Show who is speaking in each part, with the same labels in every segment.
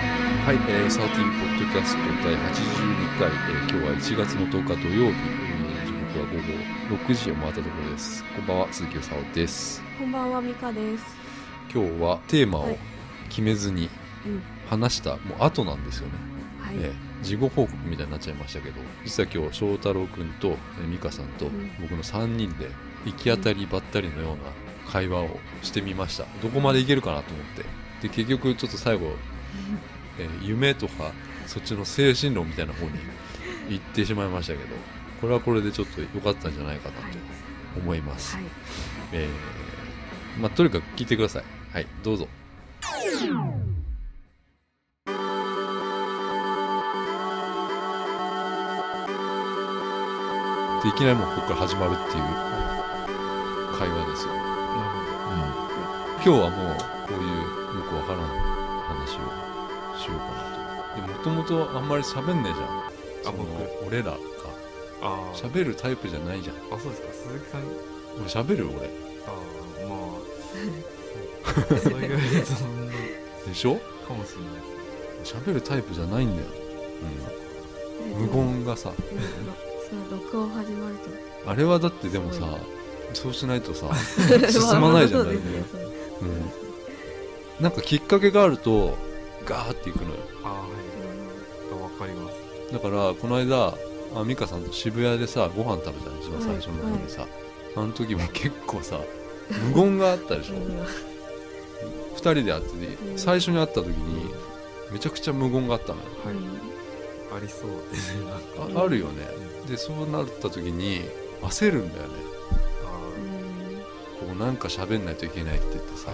Speaker 1: ー、サーティンポッドキャスト第82回、えー、今日は1月の10日土曜日、えー時刻は午後6時を回ったところです。こんばんは、鈴木よさおです。
Speaker 2: こんばんは、みかです。
Speaker 1: 今日はテーマ
Speaker 2: は
Speaker 1: を
Speaker 2: い
Speaker 1: 決めずに
Speaker 2: うん
Speaker 1: 話した、もう後なんですよね。
Speaker 2: はい。
Speaker 1: えー事後報告みたいになっちゃいましたけど実は今日翔太郎君とえー美香さんと
Speaker 2: うん
Speaker 1: 僕の3人で行き当たりばったりのような会話をしてみましたどこまでいけるかなと思ってで結局ちょっと最後、えー夢とかそっちの精神論みたいな 方に行ってしまいましたけどこれはこれでちょっと良かったんじゃないかな
Speaker 2: はい。
Speaker 1: と思います、
Speaker 2: はい。
Speaker 1: えーまあ、とにかく聞いてください。はい、どうぞ。でいきなりもうここから始まるっていう会話ですよ。今日はもうこういうよくわからん話をしようかなと。でもともとあんまり喋んねえじゃん。その俺らが
Speaker 3: あー
Speaker 1: 喋るタイプじゃないじゃん。
Speaker 3: あそうですか鈴木さん
Speaker 1: 俺喋る俺。
Speaker 3: あーまあ そういうぐらいそんな
Speaker 1: でしょ
Speaker 3: かもしれないですね
Speaker 1: 喋るタイプじゃないんだよ、無言がさ
Speaker 2: えーと。そう、録音始まると。
Speaker 1: あれはだってでもさ、そうしないと さ、進
Speaker 2: 進
Speaker 1: まないじゃん
Speaker 2: そうですね。そう
Speaker 1: うん、なんかきっかけがあるとガーっていくのよ
Speaker 3: ああはいわかります
Speaker 1: だからこの間あ美香さんと渋谷でさご飯食べたの一番最初の方でさ、あの時も結構さ無言があったでしょ
Speaker 2: うんうん
Speaker 1: 2人で会ってて
Speaker 2: うん
Speaker 1: 最初に会った時にめちゃくちゃ無言があったのよ
Speaker 3: は
Speaker 2: う
Speaker 3: い
Speaker 2: ん
Speaker 3: ありそうですねなんか
Speaker 1: ああるよねでそうなった時に焦るんだよね
Speaker 3: あ
Speaker 1: こうなんか喋んないといけないって言ってさ、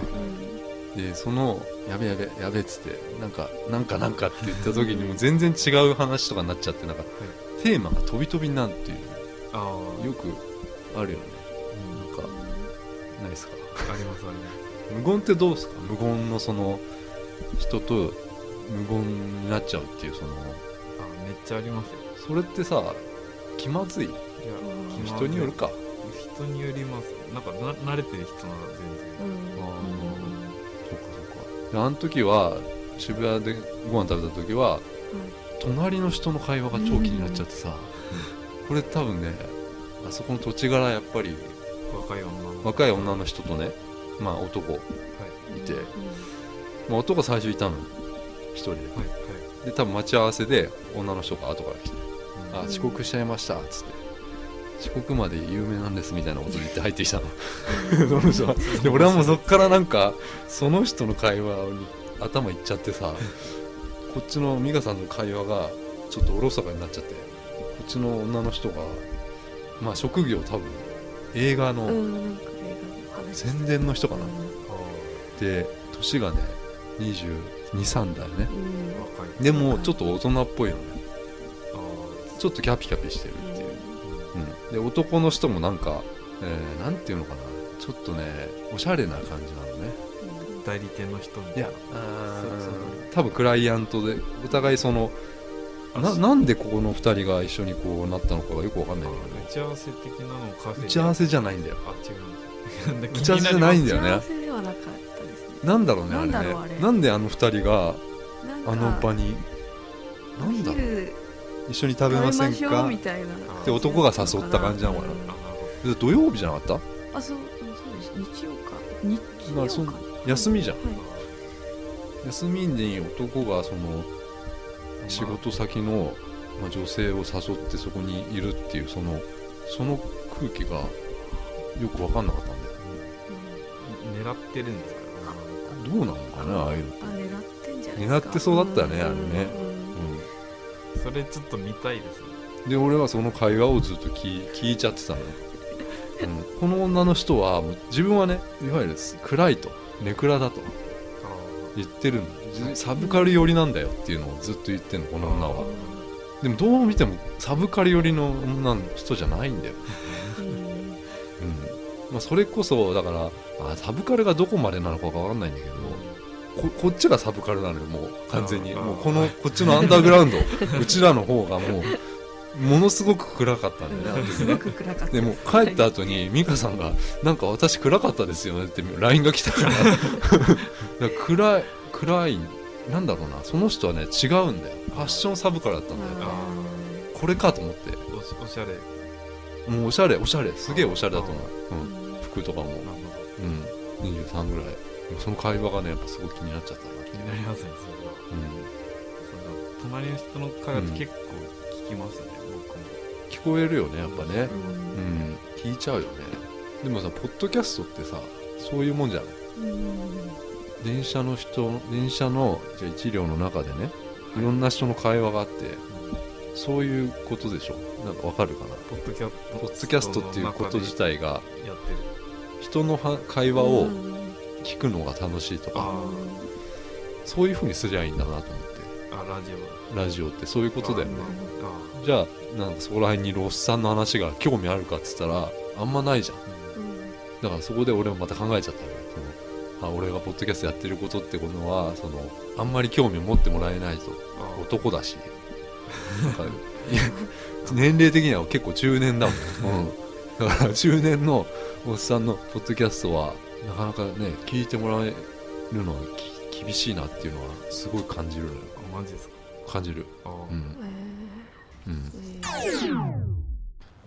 Speaker 1: でその「やべやべやべ」っつってなんか「なんかなんか」って言った時にもう全然違う話とかになっちゃってなんかテーマが飛び飛びになんていう
Speaker 3: ーあー
Speaker 1: よくあるよね
Speaker 3: うん
Speaker 1: なんかないですか
Speaker 3: ありますあります
Speaker 1: 無言ってどうですか無言のその人と無言になっちゃうっていうその
Speaker 3: あーめっちゃありますよ
Speaker 1: それってさ気まずい
Speaker 3: いや
Speaker 2: うん
Speaker 3: 気まず
Speaker 1: 人
Speaker 3: い
Speaker 1: によるか
Speaker 3: 人によりますよなんかな慣れてる人なら全然
Speaker 2: うんうん
Speaker 1: あ
Speaker 2: うん
Speaker 1: ーそうかそうかであの時は渋谷でご飯食べた時は隣の人の会話が超気になっちゃってさ、これ多分ねあそこの土地柄やっぱり
Speaker 3: 若い女の子
Speaker 1: 若い女の人とねまあ男、
Speaker 2: うん
Speaker 1: いて
Speaker 2: うん
Speaker 1: まあ、男が最初いたのよ一人で
Speaker 3: はいはい
Speaker 1: で多分待ち合わせで女の人が後から来て「
Speaker 3: うん
Speaker 1: あ遅刻しちゃいました」っつって。遅刻まで有名なんですみたいなこと言って入ってきたの その人はで俺はもうそっからなんかその人の会話に頭いっちゃってさこっちの美香さんの会話がちょっとおろそかになっちゃってこっちの女の人がまあ職業多分映画
Speaker 2: う
Speaker 1: の
Speaker 2: んなんか映画の話して
Speaker 1: 宣伝の人かなっ
Speaker 2: うん
Speaker 1: て年がね223だよね
Speaker 2: うん
Speaker 3: あー若い
Speaker 1: でもちょっと大人っぽいよね
Speaker 3: あー
Speaker 1: ちょっとキャピキャピしてるっていううん、で男の人もなんか、えーなんていうのかなちょっとねおしゃれな感じなのね
Speaker 3: 代理店の人み
Speaker 1: い
Speaker 3: たいな
Speaker 1: や
Speaker 3: そうそう
Speaker 1: 多分クライアントでお互いそのななんでここの2人が一緒にこうなったのかがよくわかんないんだ
Speaker 3: あ打ち合わせ的なのをカフ
Speaker 1: け
Speaker 3: ェで
Speaker 1: ど打ち合わせじゃないんだよ
Speaker 3: あ違うんだ
Speaker 1: 打ち合わせじゃないんだよ
Speaker 2: 幸
Speaker 1: ね
Speaker 2: せではなかったですね。
Speaker 1: なんだろうねあれね
Speaker 2: なんだろうあれ
Speaker 1: なんであの2人が
Speaker 2: なんか
Speaker 1: あの場になんだ
Speaker 2: お
Speaker 1: ろう
Speaker 2: 昼
Speaker 1: 一緒に食べません
Speaker 2: 食べましょう
Speaker 1: か
Speaker 2: みたいな感じだ
Speaker 3: で
Speaker 1: 男が誘った感じなのかな
Speaker 2: うん
Speaker 1: で土曜日じゃなかっ
Speaker 2: あそううんそうです日曜か日
Speaker 1: まあそ
Speaker 2: 曜
Speaker 1: ん
Speaker 2: か
Speaker 1: た休みじゃん
Speaker 2: はい
Speaker 1: 休みに男がその仕事先の、まあ、女性を誘ってそこにいるっていうそのその空気がよく分かんなかったんだよ
Speaker 3: 狙ってるんですから女の
Speaker 1: どうなのかなああいうの、
Speaker 2: あ狙ってんじゃないですか
Speaker 1: 狙ってそうだったよね
Speaker 2: ん
Speaker 1: あれね
Speaker 2: うん
Speaker 3: 子それちょっと見たいですね
Speaker 1: うん、で俺はその会話をずっと聞い聞いちゃってたのよ、うん、この女の人はもう自分はねいわゆる暗いとネクラだと言ってるんだサブカル寄りなんだよっていうのをずっと言ってんのこの女はでもどう見てもサブカル寄りの女の人じゃないんだよ
Speaker 2: うん
Speaker 1: うんまあ、それこそだからあサブカルがどこまでなのか分かんないんだけどここっちがサブカルなのよもう完全に
Speaker 3: あー
Speaker 1: もうこのこっちのアンダーグラウンド うちらの方がもうものすごく暗かったんだよ
Speaker 2: うん
Speaker 1: ね
Speaker 2: すごく暗かった
Speaker 1: でも帰った後に美香さんが「なんか私暗かったですよね」って LINE が来たからだから暗い暗いなんだろうなその人はね違うんだよファッションサブからだったんだよ
Speaker 3: あ
Speaker 1: これかと思って
Speaker 3: おしおしゃれ
Speaker 1: もうおしゃれおしゃれすげえおしゃれだと思う、う
Speaker 2: あー
Speaker 1: ん、服とかも
Speaker 3: なるほど
Speaker 1: うん23ぐらいでもその会話がねやっぱすごい気になっちゃったな
Speaker 3: 気になりますねそれはそう隣の人の会話って結構聞きますね、僕も
Speaker 1: うん、聞こえるよねやっぱね
Speaker 2: う
Speaker 1: うんん聞いちゃうよねでもさポッドキャストってさそういうもんじゃん
Speaker 2: うん
Speaker 1: 電車の人電車のじゃあ一両の中でねいろんな人の会話があってそういうことでしょなんかわかるかな
Speaker 3: ポッドキャ
Speaker 1: ポッドキャストっていうこと自体が
Speaker 3: やってる
Speaker 1: 人のは会話を
Speaker 2: うん
Speaker 1: 聞くのが楽しいとか
Speaker 3: あ
Speaker 1: そういうふうにすりゃいいんだなと思って
Speaker 3: あラジオ
Speaker 1: ラジオってそういうことだよね
Speaker 3: あ
Speaker 1: じゃあなんかそこら辺にロッサンの話が興味あるかっつったらあんまないじゃん
Speaker 3: あうん
Speaker 2: うん
Speaker 1: だからそこで俺もまた考えちゃったのよそのあ俺がポッドキャストやってることってことはそのあんまり興味を持ってもらえないと
Speaker 3: あ
Speaker 1: 男だしなんかいや 年齢的には結構中年だもん、うん、だから中年のおっさんのポッドキャストはなかなかね聞いてもらえるのはき厳しいなっていうのはすごい感じるのよ
Speaker 3: あマジですか
Speaker 1: 感じる
Speaker 3: ああ
Speaker 1: うん
Speaker 2: え
Speaker 1: うん
Speaker 2: ー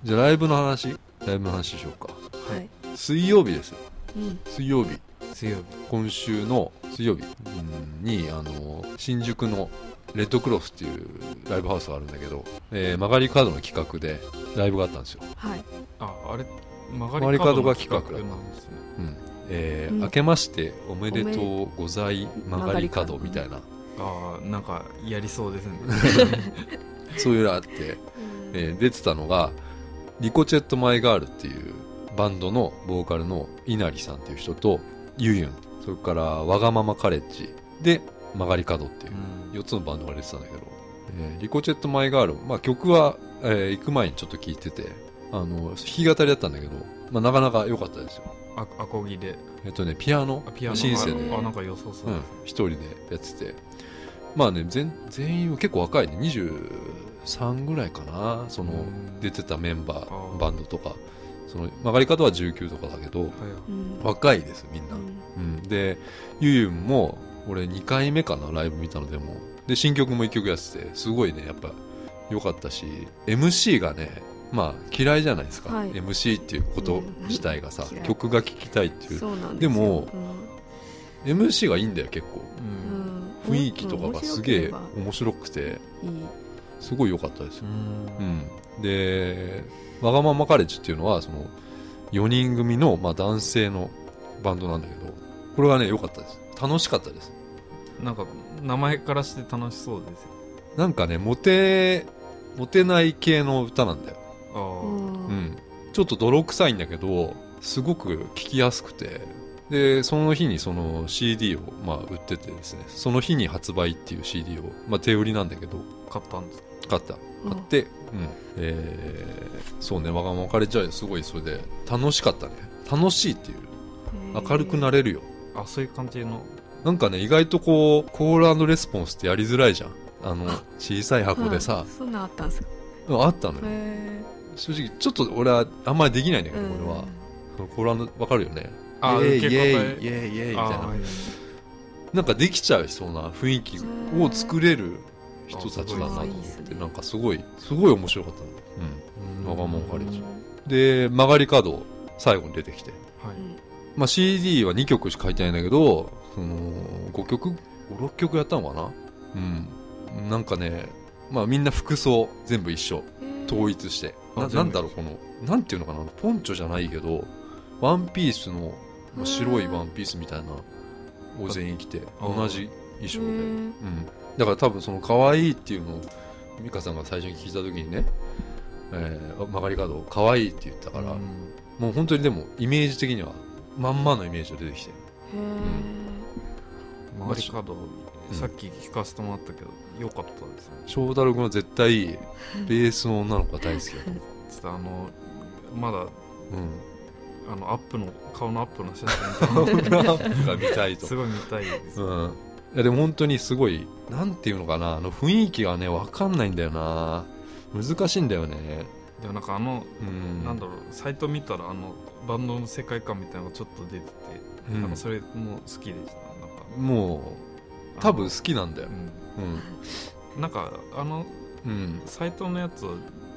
Speaker 1: じゃあライブの話ライブの話しようか
Speaker 2: はい
Speaker 1: 水曜日ですよ
Speaker 2: うん
Speaker 1: 水曜日
Speaker 3: 水曜日
Speaker 1: 今週の水曜日うんにあの新宿のレッドクロスっていうライブハウスがあるんだけど、えー曲がりカードの企画でライブがあったんですよ、
Speaker 2: はい
Speaker 3: ああれ曲
Speaker 1: がり
Speaker 3: がり
Speaker 1: カ
Speaker 3: カ
Speaker 1: ー
Speaker 3: ー
Speaker 1: ド
Speaker 3: ド
Speaker 1: が
Speaker 3: が
Speaker 1: 企
Speaker 3: 企
Speaker 1: 画
Speaker 3: 画
Speaker 1: だった
Speaker 3: なんですね
Speaker 1: うんえー
Speaker 2: うん
Speaker 1: 明けましておめでとうござい曲がりカードみたいな
Speaker 3: ああなんかやりそうですね
Speaker 1: そういうのあって、 えー出てたのがリコチェット・マイ・ガールっていうバンドのボーカルの稲荷さんっていう人とユユンそれからわがままカレッジで曲がり角っていう4つのバンドが出てたんだけど、えーリコチェット・マイ・ガール、まあ、曲は、えー行く前にちょっと聞いててあの弾き語りだったんだけど、まあ、なかなか良かったですよ
Speaker 3: あアコギで
Speaker 1: えっとねピアノ
Speaker 3: あピアノ
Speaker 1: シンセで、
Speaker 2: ね
Speaker 3: あなんか良さそう
Speaker 1: う
Speaker 3: で
Speaker 1: ん、一人でやっててまあね全全員は結構若いね23ぐらいかなその
Speaker 3: うん
Speaker 1: 出てたメンバ
Speaker 3: あ
Speaker 1: ー
Speaker 3: ー
Speaker 1: バンドとかその曲がり方は19とかだけど
Speaker 3: す、はい
Speaker 2: うん
Speaker 1: 若いですみん
Speaker 2: う
Speaker 1: な、
Speaker 2: ん
Speaker 1: うん、でゆゆんも俺2回目かなライブ見たのでもで新曲も1曲やっててすごいねやっぱ良かったし MC がねまあ嫌いじゃないですか、
Speaker 2: はい
Speaker 1: MC っていうこと自体がさ
Speaker 2: うん嫌い
Speaker 1: 曲が聴きたいっていう
Speaker 2: そうなん
Speaker 1: です
Speaker 2: よ
Speaker 1: でも
Speaker 2: うん
Speaker 1: MC がいいんだよ結構
Speaker 3: う
Speaker 2: うんん
Speaker 1: 雰囲気とかがすげえ
Speaker 2: 面白
Speaker 1: 面白くて
Speaker 2: ければいい
Speaker 1: すごい良かったです
Speaker 3: う
Speaker 1: よ、
Speaker 3: ん
Speaker 1: うん、でわがままカレッジっていうのはその4人組の、まあ、男性のバンドなんだけどこれがね良かったです楽しかったです
Speaker 3: なんか名前からして楽しそうですよ
Speaker 1: なんかねモテモテない系の歌なんだよ、
Speaker 3: ああ
Speaker 1: う
Speaker 2: うん
Speaker 1: ん、ちょっと泥臭いんだけどすごく聞きやすくてでその日にその CD をまあ売っててですねその日に発売っていう CD を、まあ、手売りなんだけど
Speaker 3: 買ったんです
Speaker 1: 買
Speaker 3: か
Speaker 1: った買って、うんえーそうねわがままカレッジはすごいそれで楽しかったね楽しいっていう明るくな
Speaker 2: る
Speaker 1: れるよ、
Speaker 3: あそういう感じの
Speaker 1: なんかね意外とこうコールレスポンスってやりづらいじゃんあの小さい箱でさ、
Speaker 2: そんなんあったんですか
Speaker 1: うんあったのよ
Speaker 2: へ
Speaker 1: 正直ちょっと俺はあんまりできないんだ
Speaker 2: え
Speaker 1: けど、俺はそのコールわかるよねイ
Speaker 3: あ
Speaker 1: エーイ
Speaker 3: 受
Speaker 1: イエ
Speaker 3: け
Speaker 1: ーイ
Speaker 3: 答
Speaker 1: イエ
Speaker 3: え
Speaker 1: ーイイエーイみたい
Speaker 3: あ
Speaker 1: ななんかできちゃいそうな雰囲気を作れる人たちだなと思っ
Speaker 2: あーすごい
Speaker 1: て
Speaker 2: ね
Speaker 1: なんかすごいすごい面白かったの、うん、
Speaker 3: うん
Speaker 1: わがままカレッジ
Speaker 2: うん
Speaker 1: で曲がり角最後に出てきて、
Speaker 3: はい
Speaker 1: まあ、CD は2曲しか書いてないんだけどその5曲56曲やったのかなうんなんかねまあみんな服装全部一緒統一して
Speaker 3: あ
Speaker 1: な
Speaker 3: 全部
Speaker 1: なんだろうこのなんていうのかなポンチョじゃないけどワンピースの、まあ、白いワンピースみたいなを全員着て
Speaker 3: あ
Speaker 1: 同じ衣装で、
Speaker 2: へ
Speaker 1: う
Speaker 2: ー
Speaker 1: ん、だから多分その可愛いっていうのを美香さんが最初に聞いた時にね、えー、曲がり角可愛いって言ったから、
Speaker 3: うん
Speaker 1: もう本当にでもイメージ的にはまんまのイメージが出てきて
Speaker 2: へー
Speaker 3: 曲がり角
Speaker 1: ん
Speaker 3: さっき聞かせてもらったけど良かったですね
Speaker 1: 翔太郎君は絶対いいベースの女の子が大好きだと思
Speaker 3: ちょっとあのまだ
Speaker 1: う、うん、
Speaker 3: あのアップの顔のアップの写真
Speaker 1: 顔のアップが見たいと
Speaker 3: すごい見たいです、
Speaker 1: うん、いやでも本当にすごいなんていうのかなあの雰囲気がね分かんないんだよな難しいんだよね
Speaker 3: でもなんかあの、
Speaker 1: うん
Speaker 3: なんだろうサイト見たらあのバンドの世界観みたいなのがちょっと出てて、
Speaker 1: うん
Speaker 3: なんかそれも好きでしたなんか
Speaker 1: もう多分好きなんだよ
Speaker 3: うんなんかあの
Speaker 1: うん、うん、
Speaker 3: サイトのやつ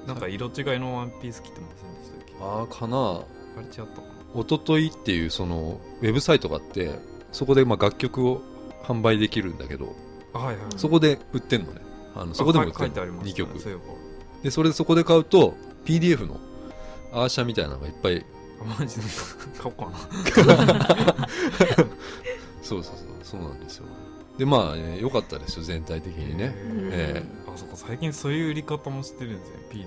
Speaker 3: なんか色違いのワンピース着てませんでしたっけ
Speaker 1: ああかな
Speaker 3: あれ違ったかな
Speaker 1: 一昨日っていうそのウェブサイトがあってそこでまあ楽曲を販売できるんだけど
Speaker 3: あはいはいはい
Speaker 1: そこで売ってんのねあのそこでも売
Speaker 3: あ
Speaker 1: っ
Speaker 3: 書
Speaker 1: て
Speaker 3: い
Speaker 1: ん
Speaker 3: てあり
Speaker 1: の、
Speaker 3: ます
Speaker 1: 2曲
Speaker 3: そういえ
Speaker 1: でそれでそこで買うと PDF のアーシャみたいなのがいっぱい
Speaker 3: ばあマジで買おうかな
Speaker 1: そうそうそうそうなんですよでまあね良、かったですよ全体的にねえ
Speaker 3: あそこ最近そういう売り方もしてるんですね PDF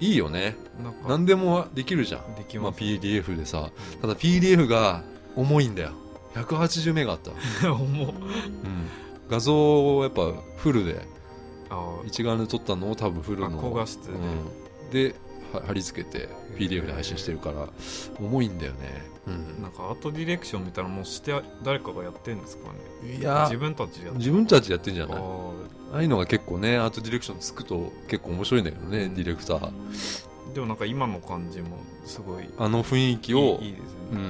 Speaker 1: いいよね
Speaker 3: なんか
Speaker 1: 何でもできるじゃん
Speaker 3: でき
Speaker 1: まあ、
Speaker 3: ます、
Speaker 1: PDF でさただ PDF が重いんだよ180メガあった、う
Speaker 3: 重っ
Speaker 1: ん、画像をやっぱフルで
Speaker 3: あ
Speaker 1: 一眼で撮ったのを多分フル
Speaker 3: あ
Speaker 1: の
Speaker 3: 高画質で、
Speaker 1: うん、では貼り付けて PDF で配信してるから重いんだよね、
Speaker 3: なんかアートディレクションみたいなのもして誰かがやってんですかね
Speaker 1: うん、いや
Speaker 3: 自分たちでやって
Speaker 1: 自分たちでやってんじゃ
Speaker 3: あ
Speaker 1: ない
Speaker 3: ー
Speaker 1: ああいうのが結構ねアートディレクションつくと結構面白いんだけどね、
Speaker 3: うん
Speaker 1: ディレクター
Speaker 3: でもなんか今の感じもすごい
Speaker 1: あの雰囲気を
Speaker 3: いいいいですね、
Speaker 1: う、
Speaker 2: うん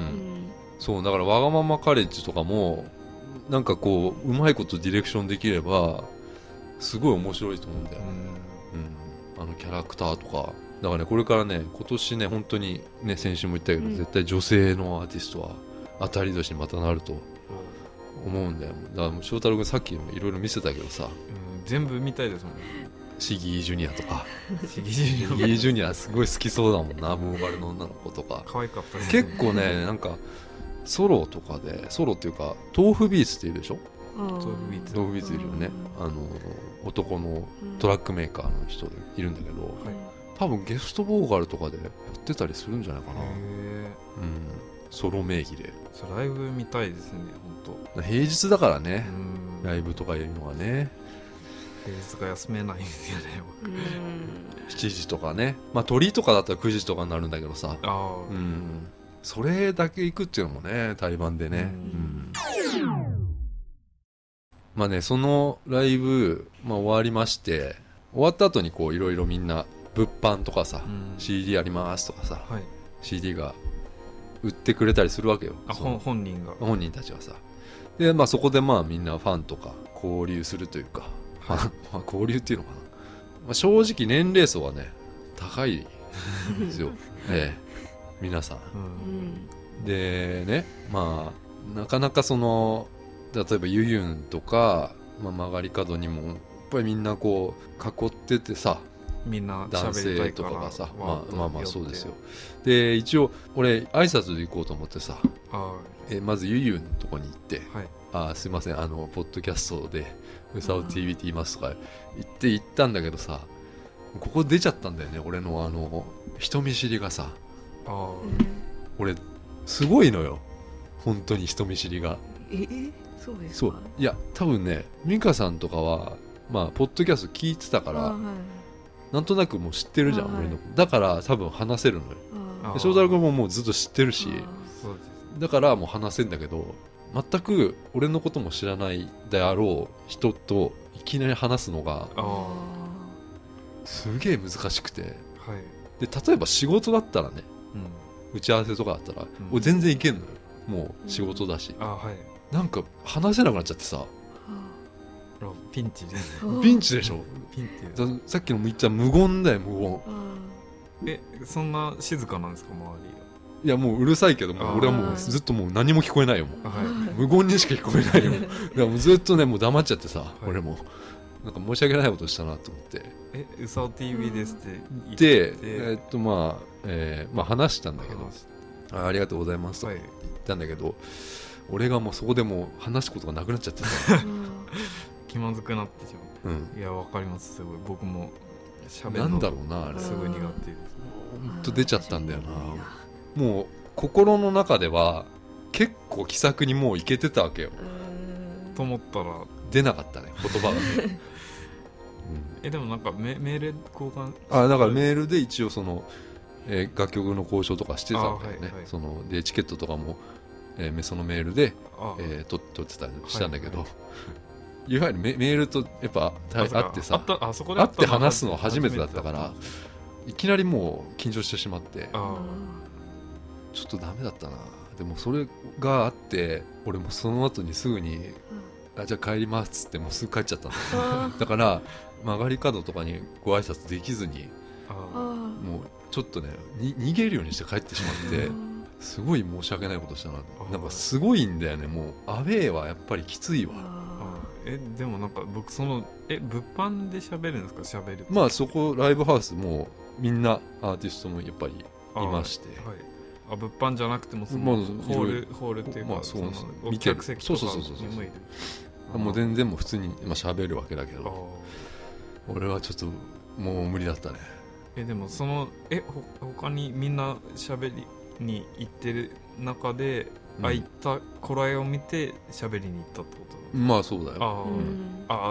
Speaker 2: ん
Speaker 1: そうだからわがままカレッジとかもなんかこううまいことディレクションできればすごい面白いと思うんだよ、うん、あのキャラクターとかだからねこれからね今年ね本当にね先週も言ったけど、
Speaker 2: うん
Speaker 1: 絶対女性のアーティストは当たり年にまたなると思うんだよだからもう翔太郎君さっきもいろいろ見せたけどさ
Speaker 3: うんうん全部見た いですもんね
Speaker 1: シギージュニアとか
Speaker 3: シギシ
Speaker 1: シギ
Speaker 3: ギ
Speaker 1: ージュニアすごい好きそうだもんなボーカルの女の子とか
Speaker 3: 可愛かったですね
Speaker 1: 結構ねなんかソロとかでソロっていうか豆腐ビーツっているでしょ
Speaker 2: うん
Speaker 3: そういうビーツ
Speaker 1: 豆腐ビーツいるよねあの男のトラックメーカーの人でいるんだけど
Speaker 3: はい
Speaker 1: 多分ゲストボーカルとかでやってたりするんじゃないかな、
Speaker 3: へえ
Speaker 1: うん、ソロ名義で
Speaker 3: それライブ見たいですね本
Speaker 1: 平日だからね
Speaker 3: 当、うん
Speaker 1: ライブとかいうのはね
Speaker 3: 平日が休めないんですよね僕
Speaker 2: うんうん
Speaker 1: 7時とかねまあ鳥とかだったら9時とかになるんだけどさ
Speaker 3: ああ
Speaker 1: うんそれだけ行くっていうのもね対バンでね、
Speaker 3: うん
Speaker 1: うんまあねそのライブ、まあ、終わりまして終わった後にこういろいろみんな物販とかさ、
Speaker 3: うん
Speaker 1: CD ありますとかさ
Speaker 3: はい
Speaker 1: CD が売ってくれたりするわけよ
Speaker 3: あ
Speaker 1: その
Speaker 3: 本本人が
Speaker 1: 本人たちはさで、まあ、そこでまあみんなファンとか交流するというか、まあまあ交流っていうのかな、まあ、正直年齢層はね高いです よ、ええ、皆さ
Speaker 3: うんん
Speaker 1: でねまあなかなかその例えばゆゆんとか、まあ、曲がり角にもやっぱりみんなこう囲っててさ
Speaker 3: みんな
Speaker 1: 男
Speaker 3: 喋りた
Speaker 1: 性
Speaker 3: い
Speaker 1: と
Speaker 3: から
Speaker 1: かがさ
Speaker 3: わ
Speaker 1: ま
Speaker 3: ーっ
Speaker 1: あ
Speaker 3: と
Speaker 1: まあまあ
Speaker 3: 寄って
Speaker 1: そうですよで一応俺挨拶で行こうと思ってさ
Speaker 3: あ
Speaker 1: えまずゆゆんのとこに行って
Speaker 3: ーはい
Speaker 1: あーすいませんあのポッドキャストで「うさお TV って言います」とか言って行ったんだけどさここ出ちゃったんだよね俺のあの人見知りがさ
Speaker 3: あー
Speaker 1: 俺すごいのよ本当に人見知りが
Speaker 2: ええそうですか
Speaker 1: そういや多分ね美香さんとかはまあポッドキャスト聞いてたか
Speaker 2: あ
Speaker 1: ら
Speaker 2: はい
Speaker 1: なんとなくもう知ってるじゃん、
Speaker 2: あはい
Speaker 1: 俺のだから多分話せるのよ
Speaker 2: あ
Speaker 1: で翔太郎君ももうずっと知ってるし
Speaker 3: そうです
Speaker 1: だからもう話せんだけど全く俺のことも知らないであろう人といきなり話すのが
Speaker 3: ああ
Speaker 1: すげえ難しくて
Speaker 3: はい
Speaker 1: で例えば仕事だったらね
Speaker 3: うん
Speaker 1: 打ち合わせとかだったら、
Speaker 3: ん
Speaker 1: 俺全然いけんのよもう仕事だし、
Speaker 3: あーはい
Speaker 1: なんか話せなくなっちゃってさ
Speaker 3: あピンチです
Speaker 1: ピンチでしょ
Speaker 3: ピンチです
Speaker 1: ださっきの言った無言だよ無言
Speaker 3: えそんな静かなんですか周
Speaker 1: いやもううるさいけども
Speaker 3: あ
Speaker 1: う
Speaker 3: ー
Speaker 1: 俺はもうずっともう何も聞こえないよもう
Speaker 3: りがはい
Speaker 1: 無言にしか聞こえないよ だからもうずっとねもう黙っちゃってさ、
Speaker 3: い
Speaker 1: 俺もなんか申し訳ないことしたなと思って
Speaker 3: えうさお TV ですって言って
Speaker 1: でえーっとまあ、えーまあ話したんだけどあありがとうございますとか
Speaker 3: はい
Speaker 1: 言ったんだけど、俺がもうそこでもう話すことがなくなっちゃってさ、
Speaker 3: 気まずくなってしま
Speaker 1: うん、
Speaker 3: ういやわかりますすごい僕も喋る
Speaker 1: な
Speaker 3: の
Speaker 1: んだろうなあれ
Speaker 2: う
Speaker 3: すごい苦手ですね
Speaker 1: ほんと出ちゃったんだよなもう心の中では結構気さくにもういけてたわけよ
Speaker 3: と思ったら
Speaker 1: 出なかったね言葉が ね、うん
Speaker 3: えでもなんかメメール交換
Speaker 1: あだからメールで一応その、えー楽曲の交渉とかしてたんだよね、
Speaker 3: あはいはい
Speaker 1: そのでチケットとかも、えーそのメールで、
Speaker 3: あ
Speaker 1: えー取取ってたりしたんだけど、
Speaker 3: はい
Speaker 1: い わゆるメメールとやっぱた
Speaker 3: あそ
Speaker 1: あ
Speaker 3: っか
Speaker 1: ってさ
Speaker 3: あったあそこで
Speaker 1: 会
Speaker 3: あ
Speaker 1: って話すの初めてだったからいきなりもう緊張してしまって
Speaker 3: ああ
Speaker 1: ちょっとダメだったなでもそれがあって俺もその後にすぐにあじゃあ帰ります」っつってもうすぐ帰っちゃったの
Speaker 2: あー
Speaker 1: だから 曲がり角とかにご挨拶できずに
Speaker 3: あ
Speaker 2: あー
Speaker 1: もうちょっとねに逃げるようにして帰ってしまって
Speaker 2: うん
Speaker 1: すごい申し訳ないことしたなと
Speaker 3: あ
Speaker 1: なんかすごいんだよねもうアウェーはやっぱりきついわ
Speaker 3: あ
Speaker 2: あ
Speaker 3: えでもなんか僕そのえ物販で喋るんですか喋る
Speaker 1: まあそこライブハウスもうみんなアーティストもやっぱり
Speaker 3: あ
Speaker 1: いまして
Speaker 3: はいあ物販じゃなくてもそ
Speaker 1: まあ
Speaker 3: のホールホールっていうか、
Speaker 1: まあそう
Speaker 3: の
Speaker 1: そう
Speaker 3: お客席とか
Speaker 1: そうそうそうそうそう
Speaker 3: に向いて
Speaker 1: もう全然もう普通にまあ喋るわけだけ
Speaker 3: あ
Speaker 1: ど
Speaker 3: ー
Speaker 1: 俺はちょっともう無理だったね
Speaker 3: えでもそのえほ他にみんな喋りに行ってる中
Speaker 1: う
Speaker 3: で、
Speaker 1: ん
Speaker 3: あ行った頃合いを見て喋りに行ったってことなんです
Speaker 1: まあそうだ
Speaker 3: か
Speaker 1: よ
Speaker 3: あ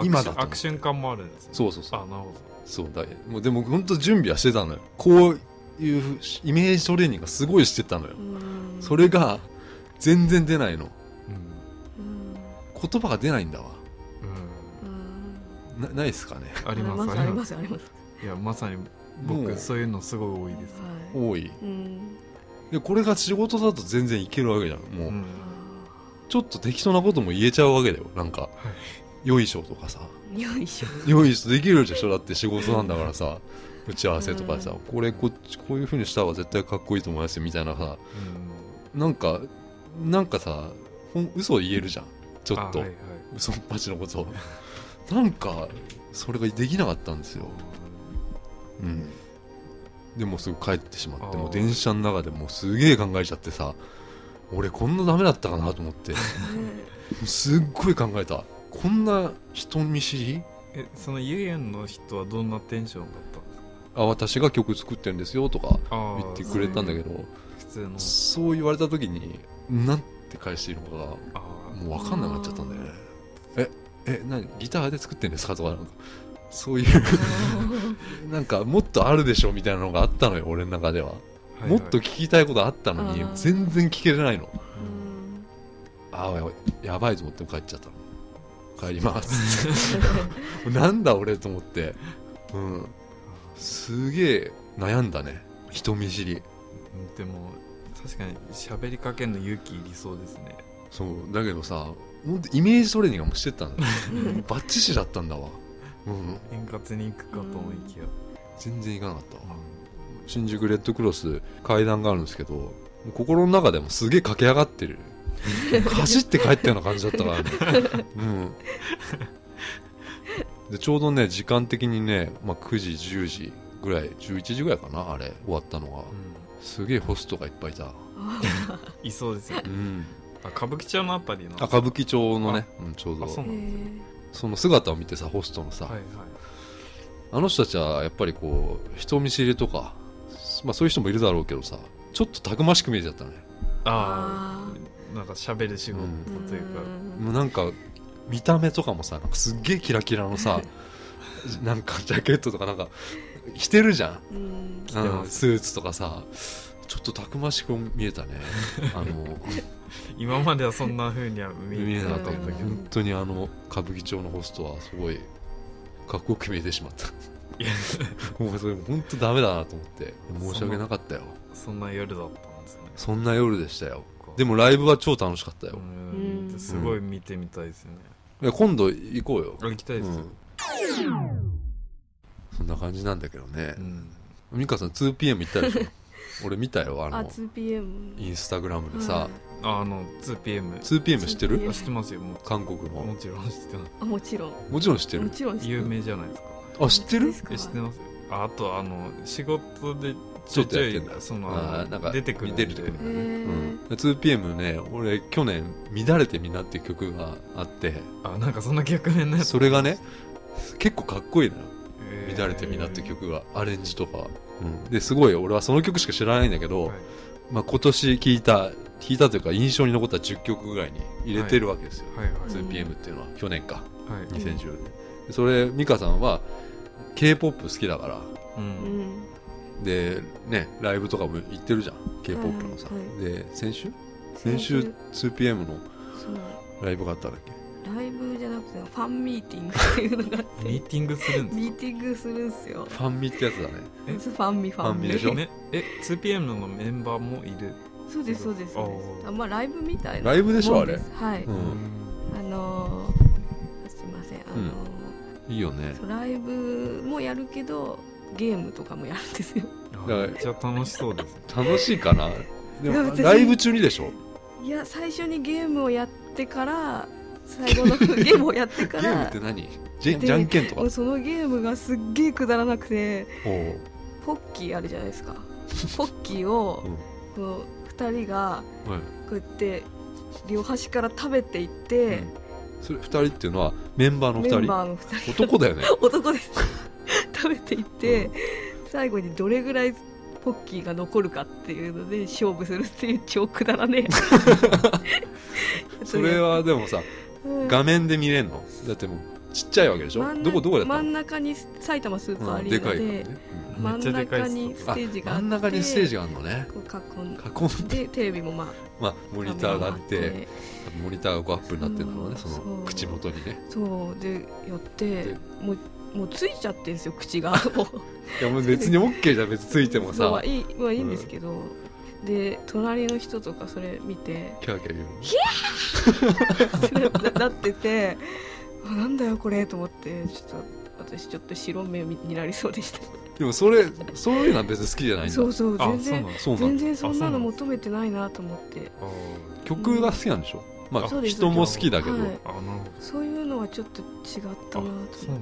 Speaker 2: ーうん
Speaker 3: ー、あ
Speaker 1: 今
Speaker 3: 今
Speaker 1: だ
Speaker 3: だ
Speaker 1: と
Speaker 3: アクション感もあるんですね
Speaker 1: そうそうそう
Speaker 3: あなるほ
Speaker 1: そうだもうでも本当準備はしてたのよこういうふうイメージトレーニングがすごいしてたのよ
Speaker 2: うん
Speaker 1: それが全然出ないの
Speaker 3: ど
Speaker 2: うん
Speaker 1: 言葉が出ないんだわ
Speaker 3: うん、
Speaker 2: うん
Speaker 1: なないですかね
Speaker 3: あります
Speaker 2: ありますあります
Speaker 3: いやまさに
Speaker 1: もう
Speaker 3: 僕そういうのすごい多いです、
Speaker 2: はい
Speaker 1: 多い
Speaker 2: うん
Speaker 1: でこれが仕事だと全然いけるわけじゃんもう、
Speaker 3: うん
Speaker 2: あ
Speaker 1: ちょっと適当なことも言えちゃうわけだよなんか、よいしょとかさ
Speaker 2: ーよいしょ
Speaker 1: よいしょできるでしょだって仕事なんだからさ打ち合わせとかさ、
Speaker 2: うん
Speaker 1: これこっちこういうふうにした方が絶対かっこいいと思いますよみたいなさなんかなんかさほん嘘言えるじゃんちょっと、
Speaker 3: あはいはい
Speaker 1: 嘘っぱちのことをなんかそれができなかったんですよ、うん、でもすぐ帰ってしまって
Speaker 3: あー
Speaker 1: もう電車の中でもうすげえ考えちゃってさ俺こんなダメだったかなと思って も
Speaker 2: ね
Speaker 1: うすっごい考えたこんな人見知り
Speaker 3: えそのゆうやんの人はどんなテンションだったんですか
Speaker 1: あ私が曲作ってるんですよとか
Speaker 3: あー
Speaker 1: 言ってくれたんだけど
Speaker 3: 普通の
Speaker 1: そう言われた時になんて返していいのか
Speaker 3: あ
Speaker 1: が
Speaker 3: ー
Speaker 1: もう分かんなくなっちゃったんだよねええ何ギターで作ってるんですかとかなんかそういう なんかもっとあるでしょみたいなのがあったのよ俺の中では、
Speaker 3: はいはい
Speaker 1: もっと聞きたいことあったのに
Speaker 2: あー
Speaker 1: 全然聞けれないの
Speaker 2: うん
Speaker 1: ああやばいやばいと思って帰っちゃったの帰ります なんだ俺と思ってうんすげえ悩んだね人見知り
Speaker 3: うんでも確かに喋りかけんの勇気いりそうですね
Speaker 1: そうだけどさ本当イメージトレーニングもしてたのよもうバッチシだったんだわうん
Speaker 3: 円滑に行くかと思いきや、
Speaker 1: 全然いかなかったわ新宿レッドクロス階段があるんですけどもう心の中でもすげえ駆け上がって る走って帰ったような感じだったからねうんでちょうどね時間的にね、まあ、9時10時ぐらい11時ぐらいかなあれ終わったのが
Speaker 3: うん
Speaker 1: すげえホストがいっぱいいた
Speaker 2: あ
Speaker 3: いそうですよ
Speaker 1: うん
Speaker 3: あ歌舞伎町のあたりの
Speaker 1: あ歌舞伎町のね、うん、ちょうど
Speaker 3: あそう
Speaker 2: ー
Speaker 3: なんですね
Speaker 2: へ
Speaker 1: その姿を見てさホストのさ、
Speaker 3: はいはい
Speaker 1: あの人たちはやっぱりこう人見知りとか、まあ、そういう人もいるだろうけどさちょっとたくましく見えちゃったね、
Speaker 3: ああなんか喋る仕事
Speaker 2: ー
Speaker 3: というか、
Speaker 2: うん
Speaker 1: もうなんか見た目とかもさなんかすっげえキラキラの さなんかジャケットとかなんか着てるじゃん、
Speaker 2: うん
Speaker 3: てます
Speaker 1: うんスーツとかさちょっとたくましく見え たねあの
Speaker 3: 今まではそんな風には見
Speaker 1: 見え
Speaker 3: え
Speaker 1: な
Speaker 3: な
Speaker 1: か
Speaker 3: か
Speaker 1: っ
Speaker 3: った
Speaker 1: けど
Speaker 3: たんだけど、
Speaker 1: 本当にあの歌舞伎町のホストはすごいかっこよく見えてしま った
Speaker 3: いや
Speaker 1: もうそれ本当ダメだなと思って申し訳なかったよ
Speaker 3: そんな夜だったんですね
Speaker 1: そんな夜でしたよ
Speaker 3: そっか
Speaker 1: でもライブは超楽しかったよ
Speaker 3: う、
Speaker 2: うん
Speaker 3: んすごい見てみたいですね、
Speaker 1: いや今度行こうよ、
Speaker 3: あ行きたいですよ、
Speaker 1: そんな感じなんだけどね
Speaker 3: う、ん
Speaker 1: 美香さん 2PM 行ったでしょ俺見たよあ
Speaker 2: あ
Speaker 1: の
Speaker 2: 2PM
Speaker 1: インスタグラムでさ、
Speaker 2: はい
Speaker 3: ああの 2PM
Speaker 1: 2PM 知ってる
Speaker 2: 2PM
Speaker 3: あ知ってますよも
Speaker 1: 韓国
Speaker 3: うも
Speaker 1: の
Speaker 3: ちろん知ってま
Speaker 2: あもちろん
Speaker 1: もちろん知って
Speaker 2: も
Speaker 1: る
Speaker 2: ちろん
Speaker 3: す
Speaker 2: 知ってる
Speaker 3: 有名じゃないですか
Speaker 1: あ知ってる
Speaker 2: ですか
Speaker 3: え知ってますよああとあの仕事で
Speaker 1: ち
Speaker 3: ち
Speaker 1: ょっ
Speaker 3: ょい
Speaker 1: と
Speaker 3: ち
Speaker 1: や
Speaker 3: ょ
Speaker 1: ってん
Speaker 3: い
Speaker 1: だ
Speaker 3: そ
Speaker 1: あ
Speaker 3: の
Speaker 1: ーなんか
Speaker 3: 出てくるん
Speaker 1: 出
Speaker 3: で
Speaker 1: てくるんだ
Speaker 2: へー
Speaker 1: うん、2PM ね俺去年「乱れてみな」っていう曲があって
Speaker 3: あなんかそんな曲面のやつ
Speaker 1: それがね結構かっこいいのよ「
Speaker 3: 乱
Speaker 1: 乱れてみな」って曲がアレンジとか、うん、ですごい俺はその曲しか知らないんだけど、まあ、今年聴いた聴いたというか印象に残った10曲ぐらいに入れてるわけですよ、
Speaker 3: はいはいはい
Speaker 2: そ
Speaker 1: 2PM っていうのは去年か
Speaker 3: はい
Speaker 1: 2010年、それ美香さんは k p o p 好きだから
Speaker 3: う
Speaker 2: うんん
Speaker 1: でねライブとかも行ってるじゃん k p o p のさ、
Speaker 2: はいは
Speaker 1: で先週先週 2PM の
Speaker 2: そう
Speaker 1: ライブがあったんだっけ
Speaker 2: ライブじゃなくてファンミーティングっていうのがあって
Speaker 3: ミーティングするんです
Speaker 2: ミーティングするんすよ
Speaker 1: ファンミってやつだね
Speaker 2: ファン
Speaker 3: え
Speaker 2: ミファンミ
Speaker 1: ファンミでしょ
Speaker 3: ねえ 2PM のメンバーもいる
Speaker 2: そうですそうですそうです
Speaker 3: あー
Speaker 2: あまあライブみたいな
Speaker 1: ライブでしょ
Speaker 2: もんすはい、
Speaker 1: あれうん
Speaker 3: ん
Speaker 2: あのあ
Speaker 1: うん
Speaker 2: の、
Speaker 1: いいよね
Speaker 2: そうライブもやるけどゲームとかもやるんですよ
Speaker 1: ら
Speaker 3: めっちゃ楽しそうですね
Speaker 1: 楽しいかなで
Speaker 2: いや
Speaker 1: も
Speaker 2: 別に
Speaker 1: ライブ中にでしょ
Speaker 2: いや最初にゲームをやってから最後 のゲームをやって
Speaker 1: ゲ
Speaker 2: か
Speaker 1: ームっ
Speaker 2: ら
Speaker 1: て何じゃ
Speaker 2: で
Speaker 1: じゃんけんとか
Speaker 2: もうそのゲームがすっげえくだらなくて
Speaker 1: おう
Speaker 2: ポッキーあるじゃないです かポッキーを
Speaker 1: うん
Speaker 2: この2人が
Speaker 1: はい
Speaker 2: こうやって両端から食べていって、
Speaker 1: うんそれ2人っていうのはメンバーの
Speaker 2: メ
Speaker 1: 2
Speaker 2: ン
Speaker 1: 人
Speaker 2: バーの2人
Speaker 1: 男だよね
Speaker 2: 男です食べていって、最後にどれぐらいポッキーが残るかっていうので勝負するっていう超くだらね え
Speaker 1: それはでもさ
Speaker 2: うん
Speaker 1: 画面で見れんのだってもうちっちゃいわけでし
Speaker 2: 真
Speaker 1: ょ
Speaker 2: ん中
Speaker 1: どこどこでやった
Speaker 2: 真
Speaker 1: の
Speaker 2: ん中に埼玉スーパーア
Speaker 1: うん
Speaker 2: リー
Speaker 1: でか
Speaker 2: ナ
Speaker 1: いからねう
Speaker 2: で、
Speaker 1: ん
Speaker 3: め
Speaker 2: 真ん中に
Speaker 3: っちゃでかいっす
Speaker 2: ステージが
Speaker 1: 真
Speaker 2: あって
Speaker 1: ん中にステージがあるのね
Speaker 2: こう囲んで
Speaker 1: 囲んで、
Speaker 2: テレビもまあ
Speaker 1: まあ、モニターがあっ
Speaker 2: 画面
Speaker 1: て
Speaker 2: も
Speaker 1: モニターがこうアップになってるのが
Speaker 2: う
Speaker 1: ね
Speaker 2: ん
Speaker 1: そ
Speaker 2: そ
Speaker 1: の
Speaker 2: う
Speaker 1: 口元にね
Speaker 2: そうでやって
Speaker 1: で
Speaker 2: もうもうついちゃってんですよ口 がもう
Speaker 1: いやもう別に OK じゃん別についても
Speaker 2: ま
Speaker 1: さ
Speaker 2: あいい,、まあ、いいんですけど、で隣の人とかそれ見て
Speaker 1: キャーキャー言うの
Speaker 2: ななっててあなんだよこれと思ってちょっと私ちょっと白目になりそうでした
Speaker 1: でもそれそういうのは別に好きじゃないんだ
Speaker 2: そうそう
Speaker 3: あ
Speaker 2: 全
Speaker 3: そ
Speaker 1: そう
Speaker 2: 然
Speaker 3: うなの
Speaker 1: なん
Speaker 2: 全
Speaker 1: だ
Speaker 2: 然そんなの求めてないなと思って
Speaker 1: 曲が好きなんでしょまあ
Speaker 2: そうです
Speaker 1: 人も好きだけど、
Speaker 2: はい
Speaker 3: あなるほど
Speaker 2: そういうのはちょっと違ったな
Speaker 3: あ
Speaker 2: と
Speaker 3: そうな
Speaker 2: 思っ
Speaker 3: ん
Speaker 2: て
Speaker 3: ですね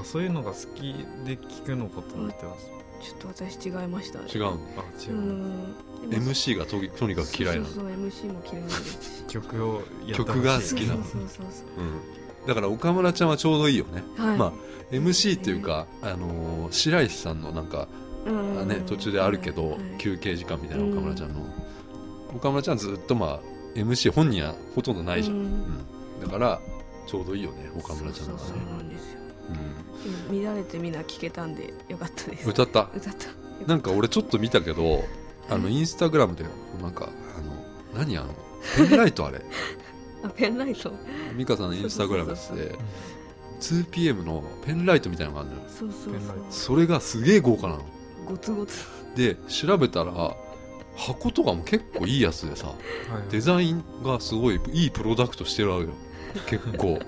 Speaker 3: あそういうのが好きで聞くのかと思ってます
Speaker 2: ちょっと私違いました
Speaker 1: 違うの
Speaker 3: あ違
Speaker 2: う
Speaker 3: うん
Speaker 1: MC がととにかく嫌いなの
Speaker 2: そうそうそう MC も嫌いなんです
Speaker 3: 曲をやってほしい
Speaker 1: 曲が好きなの
Speaker 2: そうそうそうそう
Speaker 1: うん、だから岡村ちゃんはちょうどいいよね、
Speaker 2: はい
Speaker 1: まあ MC っていうか、あのー白石さんのなんか、
Speaker 2: うん
Speaker 1: ね、途中であるけど、
Speaker 2: はいはい
Speaker 1: 休憩時間みたいな岡村ちゃんの、岡村ちゃんずっとまあ MC 本人はほとんどないじゃん、
Speaker 2: う
Speaker 1: うんだからちょうどいいよね岡村ちゃんがね
Speaker 2: そうそうそうなんですよ
Speaker 1: う
Speaker 2: でも乱れてみんな聞けたんでよかったです
Speaker 1: ん歌った
Speaker 2: 歌った
Speaker 1: なんか俺ちょっと見たけどあの
Speaker 2: はい
Speaker 1: インスタグラムでなんかあの何あのペンライトあ れ
Speaker 2: あペンライト
Speaker 1: 美香さんのインスタグラムで
Speaker 2: そうそう
Speaker 1: 2PM のペンライトみたいなのがあるのよ
Speaker 2: そうそう
Speaker 3: ペンライ
Speaker 2: そう
Speaker 1: それがすげえ豪華なの
Speaker 2: ゴツゴツ
Speaker 1: で調べたら箱とかも結構いいやつでさ
Speaker 3: はいはい
Speaker 1: デザインがすごいいいプロダクトしてるわけよ結構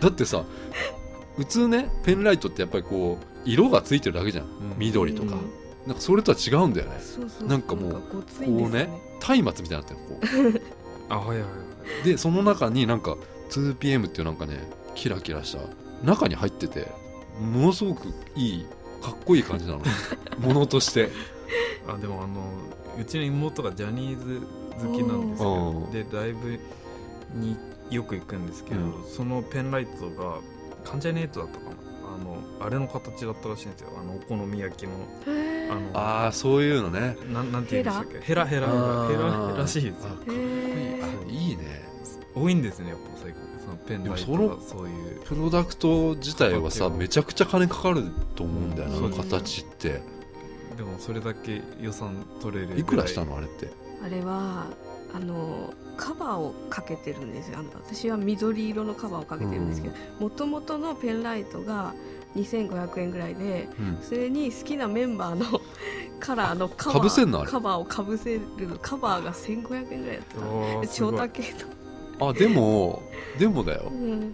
Speaker 1: だってさ普通ねペンライトってやっぱりこう色がついてるだけじゃん
Speaker 3: ん
Speaker 1: 緑とか、
Speaker 2: うん
Speaker 1: なんかそれとは違うんだよね
Speaker 2: そうそう
Speaker 1: なんかもう
Speaker 2: なんごついんですよ
Speaker 1: こ松明
Speaker 2: ね
Speaker 1: みたいになってるこ
Speaker 3: あはいはいは
Speaker 1: うでその中になんか 2PM っていうなんかねキラキラした中に入っててものすごくいいかっこいい感じなのものとして
Speaker 3: いあでもあのうちの妹がジャニーズ好きなんですけ
Speaker 1: お
Speaker 3: ど
Speaker 1: ー
Speaker 3: でライブによく行くんですけど、
Speaker 1: う
Speaker 3: そのペンライトが関ジャニエイトだったかなあのあれの形だったらしいんですよあのお好み焼きの
Speaker 2: へー
Speaker 3: あの
Speaker 1: ああそういうのね
Speaker 3: なんなんて言うんでしたっけヘラヘラヘ
Speaker 1: あ
Speaker 3: ラ
Speaker 1: ー
Speaker 3: ヘラらしいです
Speaker 1: あ
Speaker 3: よ
Speaker 1: かっこい
Speaker 2: へ
Speaker 1: い
Speaker 2: ー
Speaker 1: あいいね
Speaker 3: 多いんですねやっぱ最近そのペンライト
Speaker 1: で
Speaker 3: と
Speaker 1: も
Speaker 3: かそういう
Speaker 1: プロダクト自体はさ
Speaker 3: 価格が
Speaker 1: めちゃくちゃ金かかると思うんだよな、
Speaker 3: うん
Speaker 1: あの形って
Speaker 3: でもそれだけ予算取れる
Speaker 1: いくらした
Speaker 3: の
Speaker 1: のあれって
Speaker 2: あれはあのカバーをかけてるんですよあの私は緑色のカバーをかけてるんですけどもともとのペンライトが2500円ぐらいで
Speaker 1: うん
Speaker 2: それに好きなメンバ ーのカラーのカバー
Speaker 1: かぶせんのあれ
Speaker 2: カバーをかぶせるのカバーが1500円ぐらいだったな超高いと、
Speaker 1: あでもでもだよ
Speaker 2: うん、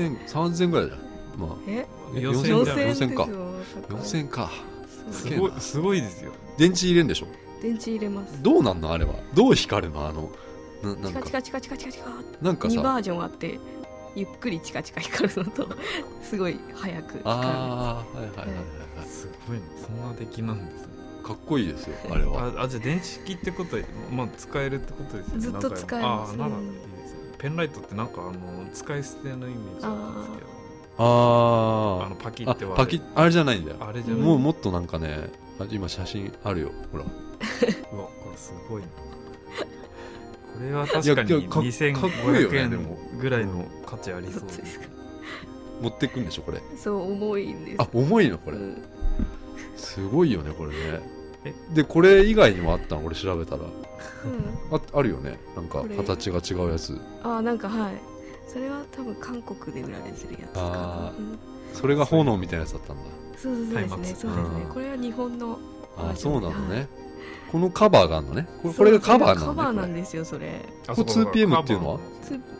Speaker 1: 20003000ぐらいじゃんま
Speaker 2: え
Speaker 1: 4000
Speaker 2: 4000
Speaker 3: 4000じゃん
Speaker 2: ですよ
Speaker 1: 4000か
Speaker 2: だ
Speaker 1: あ
Speaker 2: ら
Speaker 1: 4000か
Speaker 2: そう
Speaker 1: す
Speaker 3: す
Speaker 1: げえ
Speaker 3: ごいすごいですよ
Speaker 1: 電池入れんでしょ
Speaker 2: 電池入れます
Speaker 1: どうなんのあれはどう光るのあのなな
Speaker 2: チ
Speaker 1: ん
Speaker 2: カ
Speaker 1: か
Speaker 2: チカチカチカチカチカって
Speaker 1: なんか
Speaker 2: 2バ
Speaker 1: さ
Speaker 2: ージョンあってゆっくりチカチカ光るのと すごい早く光るあ
Speaker 1: ああはいはいはいはいは
Speaker 3: すごいなそんな出来なんですね
Speaker 1: いかっこいいですよあれは
Speaker 3: ああじゃあ電池機ってことは、まあ、使えるってことですよね
Speaker 2: ずっと使えます
Speaker 3: 何回もああならいいですねペンライトってなんかあの使い捨てのイメージなんですけどあ
Speaker 1: あ
Speaker 3: のパキ
Speaker 1: ーあ
Speaker 3: って割
Speaker 1: パキあれじゃないんだよ
Speaker 3: あれじゃない、
Speaker 1: もうもっとなんかねあ今写真あるよほら
Speaker 3: うわこれすごいなこれは確か
Speaker 1: いやい
Speaker 3: に
Speaker 1: やかかっこいいよ
Speaker 3: 2500
Speaker 1: ねでも
Speaker 3: 円ぐらいの価値ありそうですね
Speaker 1: 持ってくんでしょこれ
Speaker 2: そう重いんです
Speaker 1: あ重いのこれ
Speaker 2: うん
Speaker 1: すごいよねこれね
Speaker 3: え
Speaker 1: でこれ以外にもあったの俺調べたら
Speaker 2: うん
Speaker 1: ああるよねなんか
Speaker 2: これ
Speaker 1: 形が違うやつ
Speaker 2: あなんかはいそれは多分韓国で売られてるやつか
Speaker 1: あ
Speaker 2: な
Speaker 1: ー
Speaker 2: うん
Speaker 1: それが炎みたいなやつだったんだ
Speaker 2: そうそうそうですね
Speaker 3: 松明
Speaker 2: そうですね
Speaker 1: うん
Speaker 2: これは日本の
Speaker 1: あ
Speaker 2: あ
Speaker 1: ーそうなの
Speaker 2: は
Speaker 1: ね
Speaker 2: い
Speaker 1: このカバーがあるのねこれこれがカバーなのね
Speaker 2: カバーなん
Speaker 1: こ
Speaker 2: ですよそれ
Speaker 1: これ 2PM っていうのは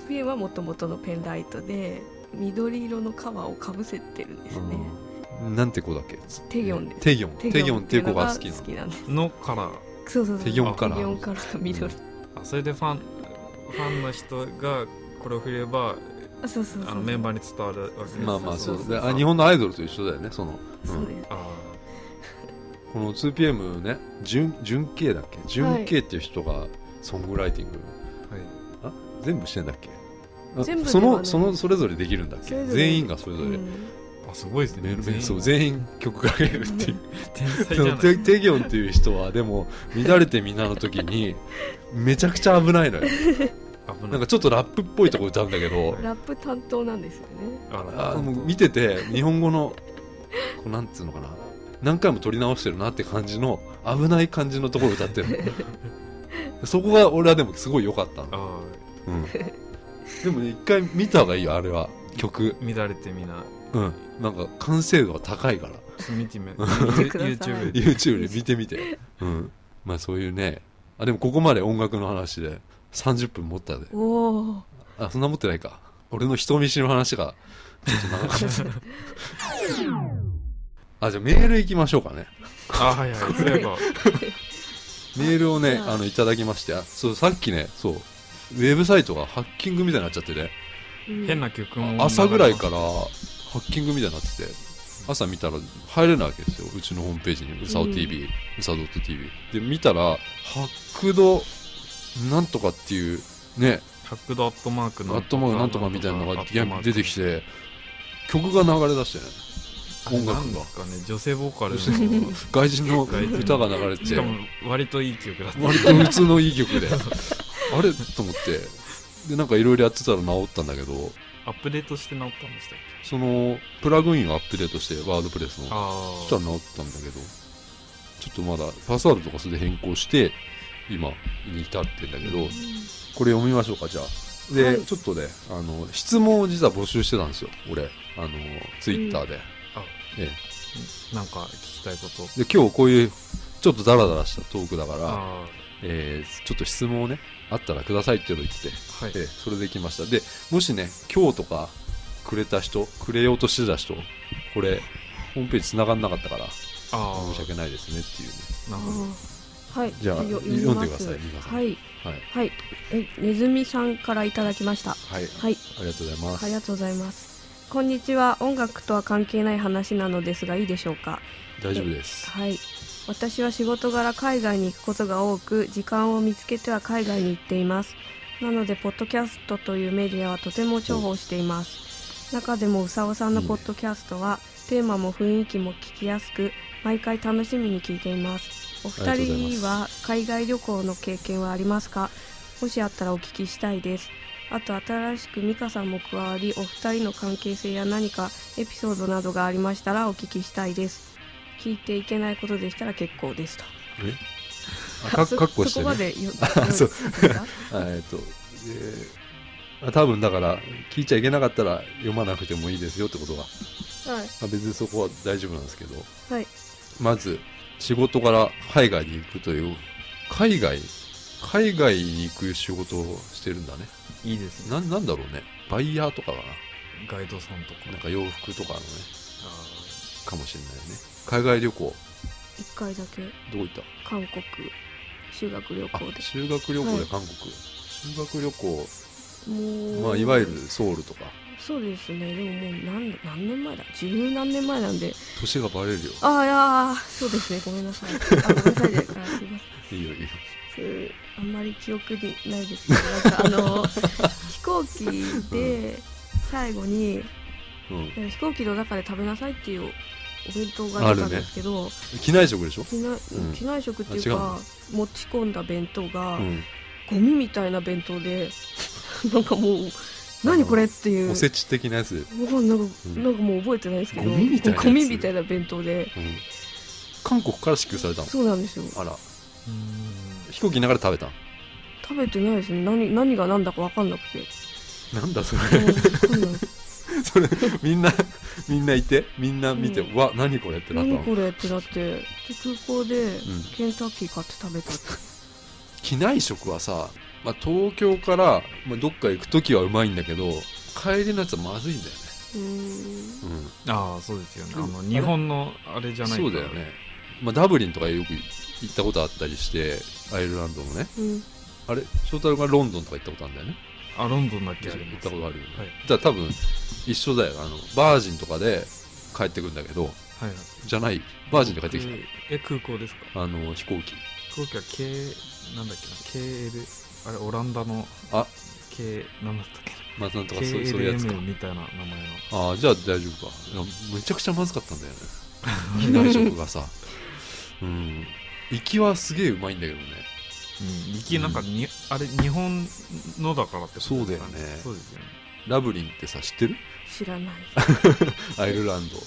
Speaker 2: 2PM はもともとのペンライトで緑色の皮をかぶせてるんですね、
Speaker 1: うんなんて子だっけ
Speaker 2: テギョンです
Speaker 1: テギョンテギョンっていう子が好きな
Speaker 2: の
Speaker 1: の
Speaker 2: なんです
Speaker 3: のカラー
Speaker 2: そうそうそう
Speaker 1: テギョンカラ
Speaker 2: テギョン
Speaker 1: ー
Speaker 2: カラー緑、
Speaker 3: あそれでファンファンの人がこれを振れば
Speaker 2: あそうそうそう
Speaker 3: あのメンバーに伝わるわけです
Speaker 1: まあまあそう
Speaker 2: そう
Speaker 1: であ日本のアイドルと一緒だよねその、う、
Speaker 2: そうんです、
Speaker 3: あ
Speaker 1: この 2PM ね純純 K だっけ純 K っていう人がソングライティング、
Speaker 3: ーはい
Speaker 1: 全部してんだっけあ
Speaker 2: 全部ではない
Speaker 1: そのそのそれぞれできるんだっ
Speaker 2: そ
Speaker 1: け
Speaker 2: れぞれ
Speaker 1: 全員がそれぞれ、
Speaker 2: うん
Speaker 3: あすごいです
Speaker 1: メ
Speaker 3: ね
Speaker 1: ルメルそう
Speaker 3: 全
Speaker 1: 全員曲がけるっていう
Speaker 3: 天才
Speaker 1: そ
Speaker 3: じゃ
Speaker 1: の
Speaker 3: ない
Speaker 1: テテギョンっていう人はでも乱れてみんなの時 にめちゃくちゃ危ないのよ
Speaker 3: 危
Speaker 1: な
Speaker 3: なんい
Speaker 1: かちょっとラップっぽいとこ歌うんだけど
Speaker 2: ラップ担当なんですよね
Speaker 1: あもう見
Speaker 3: 見
Speaker 1: てて日本語のこうなんつうのかな何回も撮り直してるなって感じの危ない感じのところ歌ってる のそこが俺はでもすごい良かったの、
Speaker 3: あ
Speaker 1: うん、でもね一回見た方がいいよあれは曲
Speaker 3: ー乱れてみな
Speaker 1: うんなんか完成度が高い から
Speaker 3: ちょっと見てみよう
Speaker 2: てください
Speaker 3: YouTube で
Speaker 1: YouTube で見てみて、うん、まあそういうねあでもここまで音楽の話で30分持ったで
Speaker 2: おお
Speaker 1: あそんな持ってないか俺の人見知りの話がちょっと長かったあじゃあメールいきましょうかね
Speaker 3: あはいはいそういえば
Speaker 1: メールをね
Speaker 2: じゃあ
Speaker 1: あのいただきましてあそうさっきねそうウェブサイトがハッキングみたいになっちゃってね
Speaker 3: 変な曲も
Speaker 1: 朝ぐらい
Speaker 3: ら
Speaker 1: からハッキングみたいになってて朝見たら入れないわけですようちのホームページにうさお TV うさ .tv で見たらハックドなんとかっていうね
Speaker 3: 角度アットマーク
Speaker 1: アットマークなんとかみたいなのがいや出てき
Speaker 3: て
Speaker 1: て曲が流れ出してね音楽が
Speaker 3: ですかね女性ボーカル
Speaker 1: 女性
Speaker 3: の
Speaker 1: 外人 の
Speaker 3: 外人
Speaker 1: 歌が流れて
Speaker 3: しかも割といい曲だった
Speaker 1: 割と普通のいい曲で あれと思ってでなんかいろいろやってたら治ったんだけど
Speaker 3: アップデートして直ったんでしたっけ
Speaker 1: そのプラグインをアップデートしてワードプレスの
Speaker 3: あ
Speaker 1: そし
Speaker 3: あ
Speaker 1: たら治ったんだけどちょっとまだパスワードとかそれで変更して今に至ってんだけどこれ読みましょうかじゃあで、
Speaker 2: はい
Speaker 1: ちょっとねあの質問を実は募集してたんですよ俺あのツイッターで、
Speaker 3: あ
Speaker 1: え
Speaker 3: なんか聞きたいこと
Speaker 1: えで今日こういうちょっとダラダラしたトークだから、
Speaker 3: あ
Speaker 1: えーちょっと質問をねあったらくださいっていうのを言ってて
Speaker 3: あはい
Speaker 1: ええそれできましたでもしね今日とかくれた人くれようとしてた人これホームページ繋がんなかったから
Speaker 3: あ
Speaker 1: 申し
Speaker 3: あ
Speaker 1: 訳ないですねっていうね
Speaker 3: なるほど
Speaker 2: はい
Speaker 1: じゃあ
Speaker 2: よ
Speaker 1: 読んでください
Speaker 2: ます
Speaker 1: 皆さん
Speaker 2: はい
Speaker 1: はい
Speaker 2: はいえねずみさんからいただきました
Speaker 1: はい
Speaker 2: はい
Speaker 1: ありがとうございます
Speaker 2: ありがとうございますこんにちは音楽とは関係ない話なのですがいいでしょうか
Speaker 1: 大丈夫です
Speaker 2: はい私は仕事柄海外に行くことが多く時間を見つけては海外に行っていますなのでポッドキャストというメディアはとても重宝しています中でもうさおさんの
Speaker 1: いいね
Speaker 2: ポッドキャストはテーマも雰囲気も聞きやすく毎回楽しみに聞いていますお二人
Speaker 1: ありがとうござい
Speaker 2: に
Speaker 1: ま
Speaker 2: は海外旅行の経験はありますかもしあったらお聞きしたいですあと新しく美香さんも加わりお二人の関係性や何かエピソードなどがありましたらお聞きしたいです聞いていけないことでしたら結構ですと
Speaker 1: あか
Speaker 2: そ
Speaker 1: かっこして
Speaker 2: そこま
Speaker 1: ね
Speaker 2: でよ
Speaker 1: そう
Speaker 2: よろしいですか
Speaker 1: あえっとえーあ多分だから聞いちゃいけなかったら読まなくてもいいですよってことが、ま
Speaker 2: はい
Speaker 1: あ、別にそこは大丈夫なんですけど
Speaker 2: はい
Speaker 1: まず仕事から海外に行くという海外海外に行く仕事をしてるんだね
Speaker 3: いいですね
Speaker 1: ななんだろうねバイヤーとかか
Speaker 3: ガイドさんと
Speaker 1: ななん
Speaker 3: か
Speaker 1: か洋服とかのね
Speaker 3: あ
Speaker 1: かもしれないね海外旅行
Speaker 2: 一回だけ
Speaker 1: どこ行った
Speaker 2: 韓国修学旅行
Speaker 1: あ修学旅行で韓国、修学旅行
Speaker 2: でもう
Speaker 1: まあいわゆるソウルとか
Speaker 2: そうですねでももう何何年前だ十何年前なんで
Speaker 1: 年がバレるよ
Speaker 2: ああいやーそうですねごめんなさいあごめんなさいであすいません
Speaker 1: いいよいいよ
Speaker 2: そうあんまり記憶にないですけどなんかあの 飛行機で最後に
Speaker 1: うん
Speaker 2: 飛行機の中で食べなさいっていうお弁当が出たんですけど、
Speaker 1: 機内食でしょ
Speaker 2: 機内
Speaker 1: うん
Speaker 2: 機内食っていう
Speaker 1: あ
Speaker 2: か持ち込んだ弁当が、
Speaker 1: うん
Speaker 2: ゴミみたいな弁当でなんかもう何これっていう
Speaker 1: おせち的なやつで、
Speaker 2: もうなんか、
Speaker 1: うん
Speaker 2: なんかもう覚えてないですけど
Speaker 1: ゴミみたいなやつ
Speaker 2: ゴミみたいな弁当で
Speaker 1: うん韓国から支給されたの
Speaker 2: そうなんですよ
Speaker 1: あら
Speaker 3: ーうー
Speaker 1: 飛行機ながら食べたの
Speaker 2: 食べてないですね何何が何だか分かんなくて
Speaker 1: なんだそれ
Speaker 2: うん分かんない
Speaker 1: それみんなみんないてみんな見て、
Speaker 2: う
Speaker 1: うわ何これってなったの
Speaker 2: 何これってなってで空港で
Speaker 1: ん
Speaker 2: ケンタッキー買って食べたって
Speaker 1: 機内食はさ、まあ、東京から、まあ、どっか行く時はうまいんだけど帰りのやつはまずいんだよね、
Speaker 2: うーん
Speaker 1: うん、
Speaker 3: ああそうですよねあ
Speaker 1: うん
Speaker 3: の日本のあれじゃない
Speaker 1: そうだよね、まあ、ダブリンとかよく行ったことあったりしてアイルランドもね
Speaker 2: うん
Speaker 1: あれ翔太郎がロンドンとか行ったことあるんだよね
Speaker 3: あロンドンだっけあ
Speaker 1: 行
Speaker 3: り
Speaker 1: っ
Speaker 3: ます
Speaker 1: たことあるよね、
Speaker 3: はい
Speaker 1: だから多分一緒だよあのバージンとかで帰ってくんだけど
Speaker 3: はいはい
Speaker 1: じゃないバージンで帰ってき
Speaker 3: 僕え空港ですか
Speaker 1: たあの飛行機
Speaker 3: 飛行機は K なんだっけな KL あれオランダの
Speaker 1: あ
Speaker 3: K なんだったっけ
Speaker 1: まあなんと
Speaker 3: な
Speaker 1: かそうそういうやつか
Speaker 3: KLM みたいな名前の
Speaker 1: ああじゃあ大丈夫かいやめちゃくちゃまずかったんだよね機内食がさうん行きはすげえうまいんだけどね
Speaker 3: うん行きなんかに、あれ日本のだからってことですか
Speaker 1: そうだよね
Speaker 3: そうですよね
Speaker 1: ラブリンってさ知ってる
Speaker 2: 知らない、
Speaker 1: アイルランド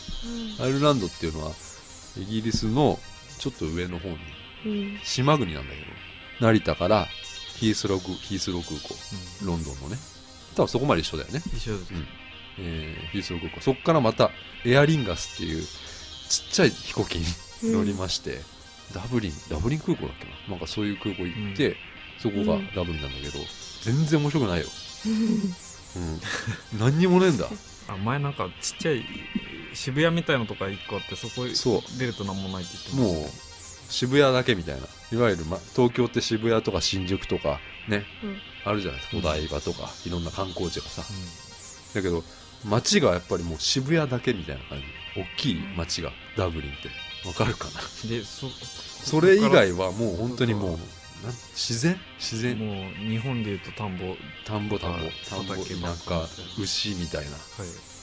Speaker 1: アイルランドっていうのはイギリスのちょっと上の方に
Speaker 2: うん
Speaker 1: 島国なんだけど成田からヒースロー空ヒースロー空港
Speaker 3: うん
Speaker 1: ロンドンのね多分そこまで一緒だよね、
Speaker 3: 一緒です
Speaker 1: うんえーヒースロー空港そこからまたエアリンガスっていうちっちゃい飛行機に
Speaker 2: うん、
Speaker 1: 乗りまして、ダブリンダブリン空港だっけななんかそういう空港行って、そこがダブリンなんだけど、全然面白くないよ、うん、何にもねえんだ
Speaker 3: あ前なんかちっちゃい渋谷みたいのとか一個あってそこ
Speaker 1: そう
Speaker 3: 出ると何もないって言ってま
Speaker 1: も
Speaker 3: した
Speaker 1: う渋谷だけみたいないわゆる、ま、東京って渋谷とか新宿とかね、
Speaker 2: うん
Speaker 1: あるじゃないですか
Speaker 3: う
Speaker 1: お
Speaker 3: ん
Speaker 1: 台場とかいろんな観光地がさ
Speaker 3: うん
Speaker 1: だけど街がやっぱりもう渋谷だけみたいな感じ大きい街がダブリンってわかるかな
Speaker 3: でそ
Speaker 1: それ以外はもう本当にもうなん自然自然
Speaker 3: もう日本でいうと田んぼはい
Speaker 1: 田んぼ田んぼ
Speaker 3: はい
Speaker 1: 田んぼ
Speaker 3: 畑
Speaker 1: なんか牛みたいな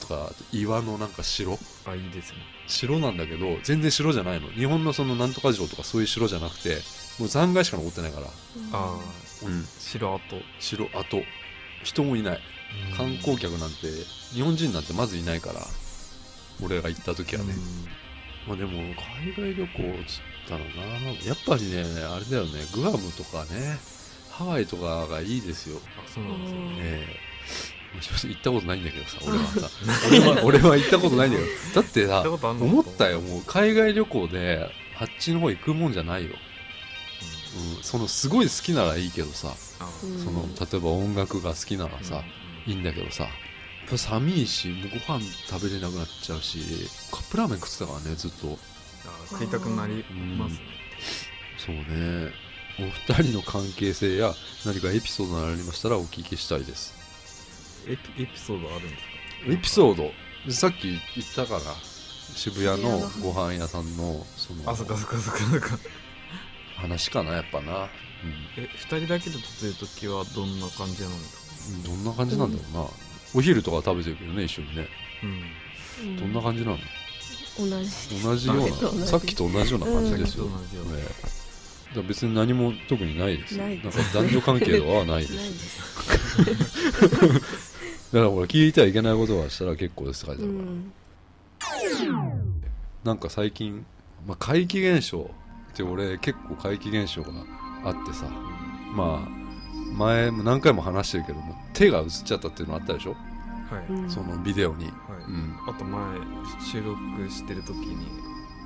Speaker 1: とかあと岩のなんか城
Speaker 3: あいいですね
Speaker 1: 城なんだけど全然城じゃないの日本のそのなんとか城とかそういう城じゃなくてもう残骸しか残ってないから、
Speaker 3: ああ
Speaker 1: うん、
Speaker 3: 城跡
Speaker 1: 城跡人もいない観光客なんて日本人なんてまずいないから俺が行った時はね、まあでも海外旅行っつったらなやっぱりねあれだよねグアムとかねハワイとかがいいですよ
Speaker 3: あそうなんですよね
Speaker 1: ええもしもし行ったことないんだけどさ俺はさ俺は俺は行ったことないんだよだって
Speaker 3: 行っ
Speaker 1: さ
Speaker 3: たことあんの
Speaker 1: 思ったよもう海外旅行であっちの方行くもんじゃないよ、
Speaker 3: うん
Speaker 1: うん、そのすごい好きならいいけどさ
Speaker 3: あ
Speaker 2: うん
Speaker 1: その例えば音楽が好きならさ、いいんだけどさやっぱ寒いしもうご飯食べれなくなっちゃうしカップラーメン食ってたからねずっと
Speaker 3: あ食いたくなりますね
Speaker 1: そうねお二人の関係性や何かエピソードがありましたらお聞きしたいです
Speaker 3: エピエピソードあるんですか
Speaker 1: エピソ
Speaker 3: ー
Speaker 1: ードさっき言ったから渋谷のご飯屋さんのその
Speaker 3: あそっかそっかそっかそっか
Speaker 1: 話かなやっぱな、
Speaker 3: え二人だけで撮ってる時はどんな感じなんですか
Speaker 1: うん、どんな感じなんだろうな、お昼とか食べてるけどね一緒にね
Speaker 3: うん
Speaker 2: うん
Speaker 1: どんな感じなの
Speaker 2: 同じです
Speaker 1: 同じよ
Speaker 2: さっきと
Speaker 1: う
Speaker 2: 同
Speaker 1: な
Speaker 2: じ
Speaker 1: さっきと同じような感じですよ、
Speaker 3: さっきと同じような
Speaker 1: ねだから別に何も特にないです
Speaker 2: ない
Speaker 1: ん
Speaker 2: です
Speaker 1: か男女関係とかはないです
Speaker 2: ないで
Speaker 1: だか
Speaker 2: す
Speaker 1: らほら聞いてはいけないことはしたら結構ですって書いて
Speaker 2: う
Speaker 1: あるから、
Speaker 2: ん
Speaker 1: なんか最近、まあ、怪奇現象って俺結構怪奇現象があってさまあ前も何回も話してるけども手が映っちゃったっていうのあったでしょ、
Speaker 3: はい
Speaker 2: うん
Speaker 1: そのビデオに、
Speaker 3: はい
Speaker 1: うん、
Speaker 3: あと前収録してる時に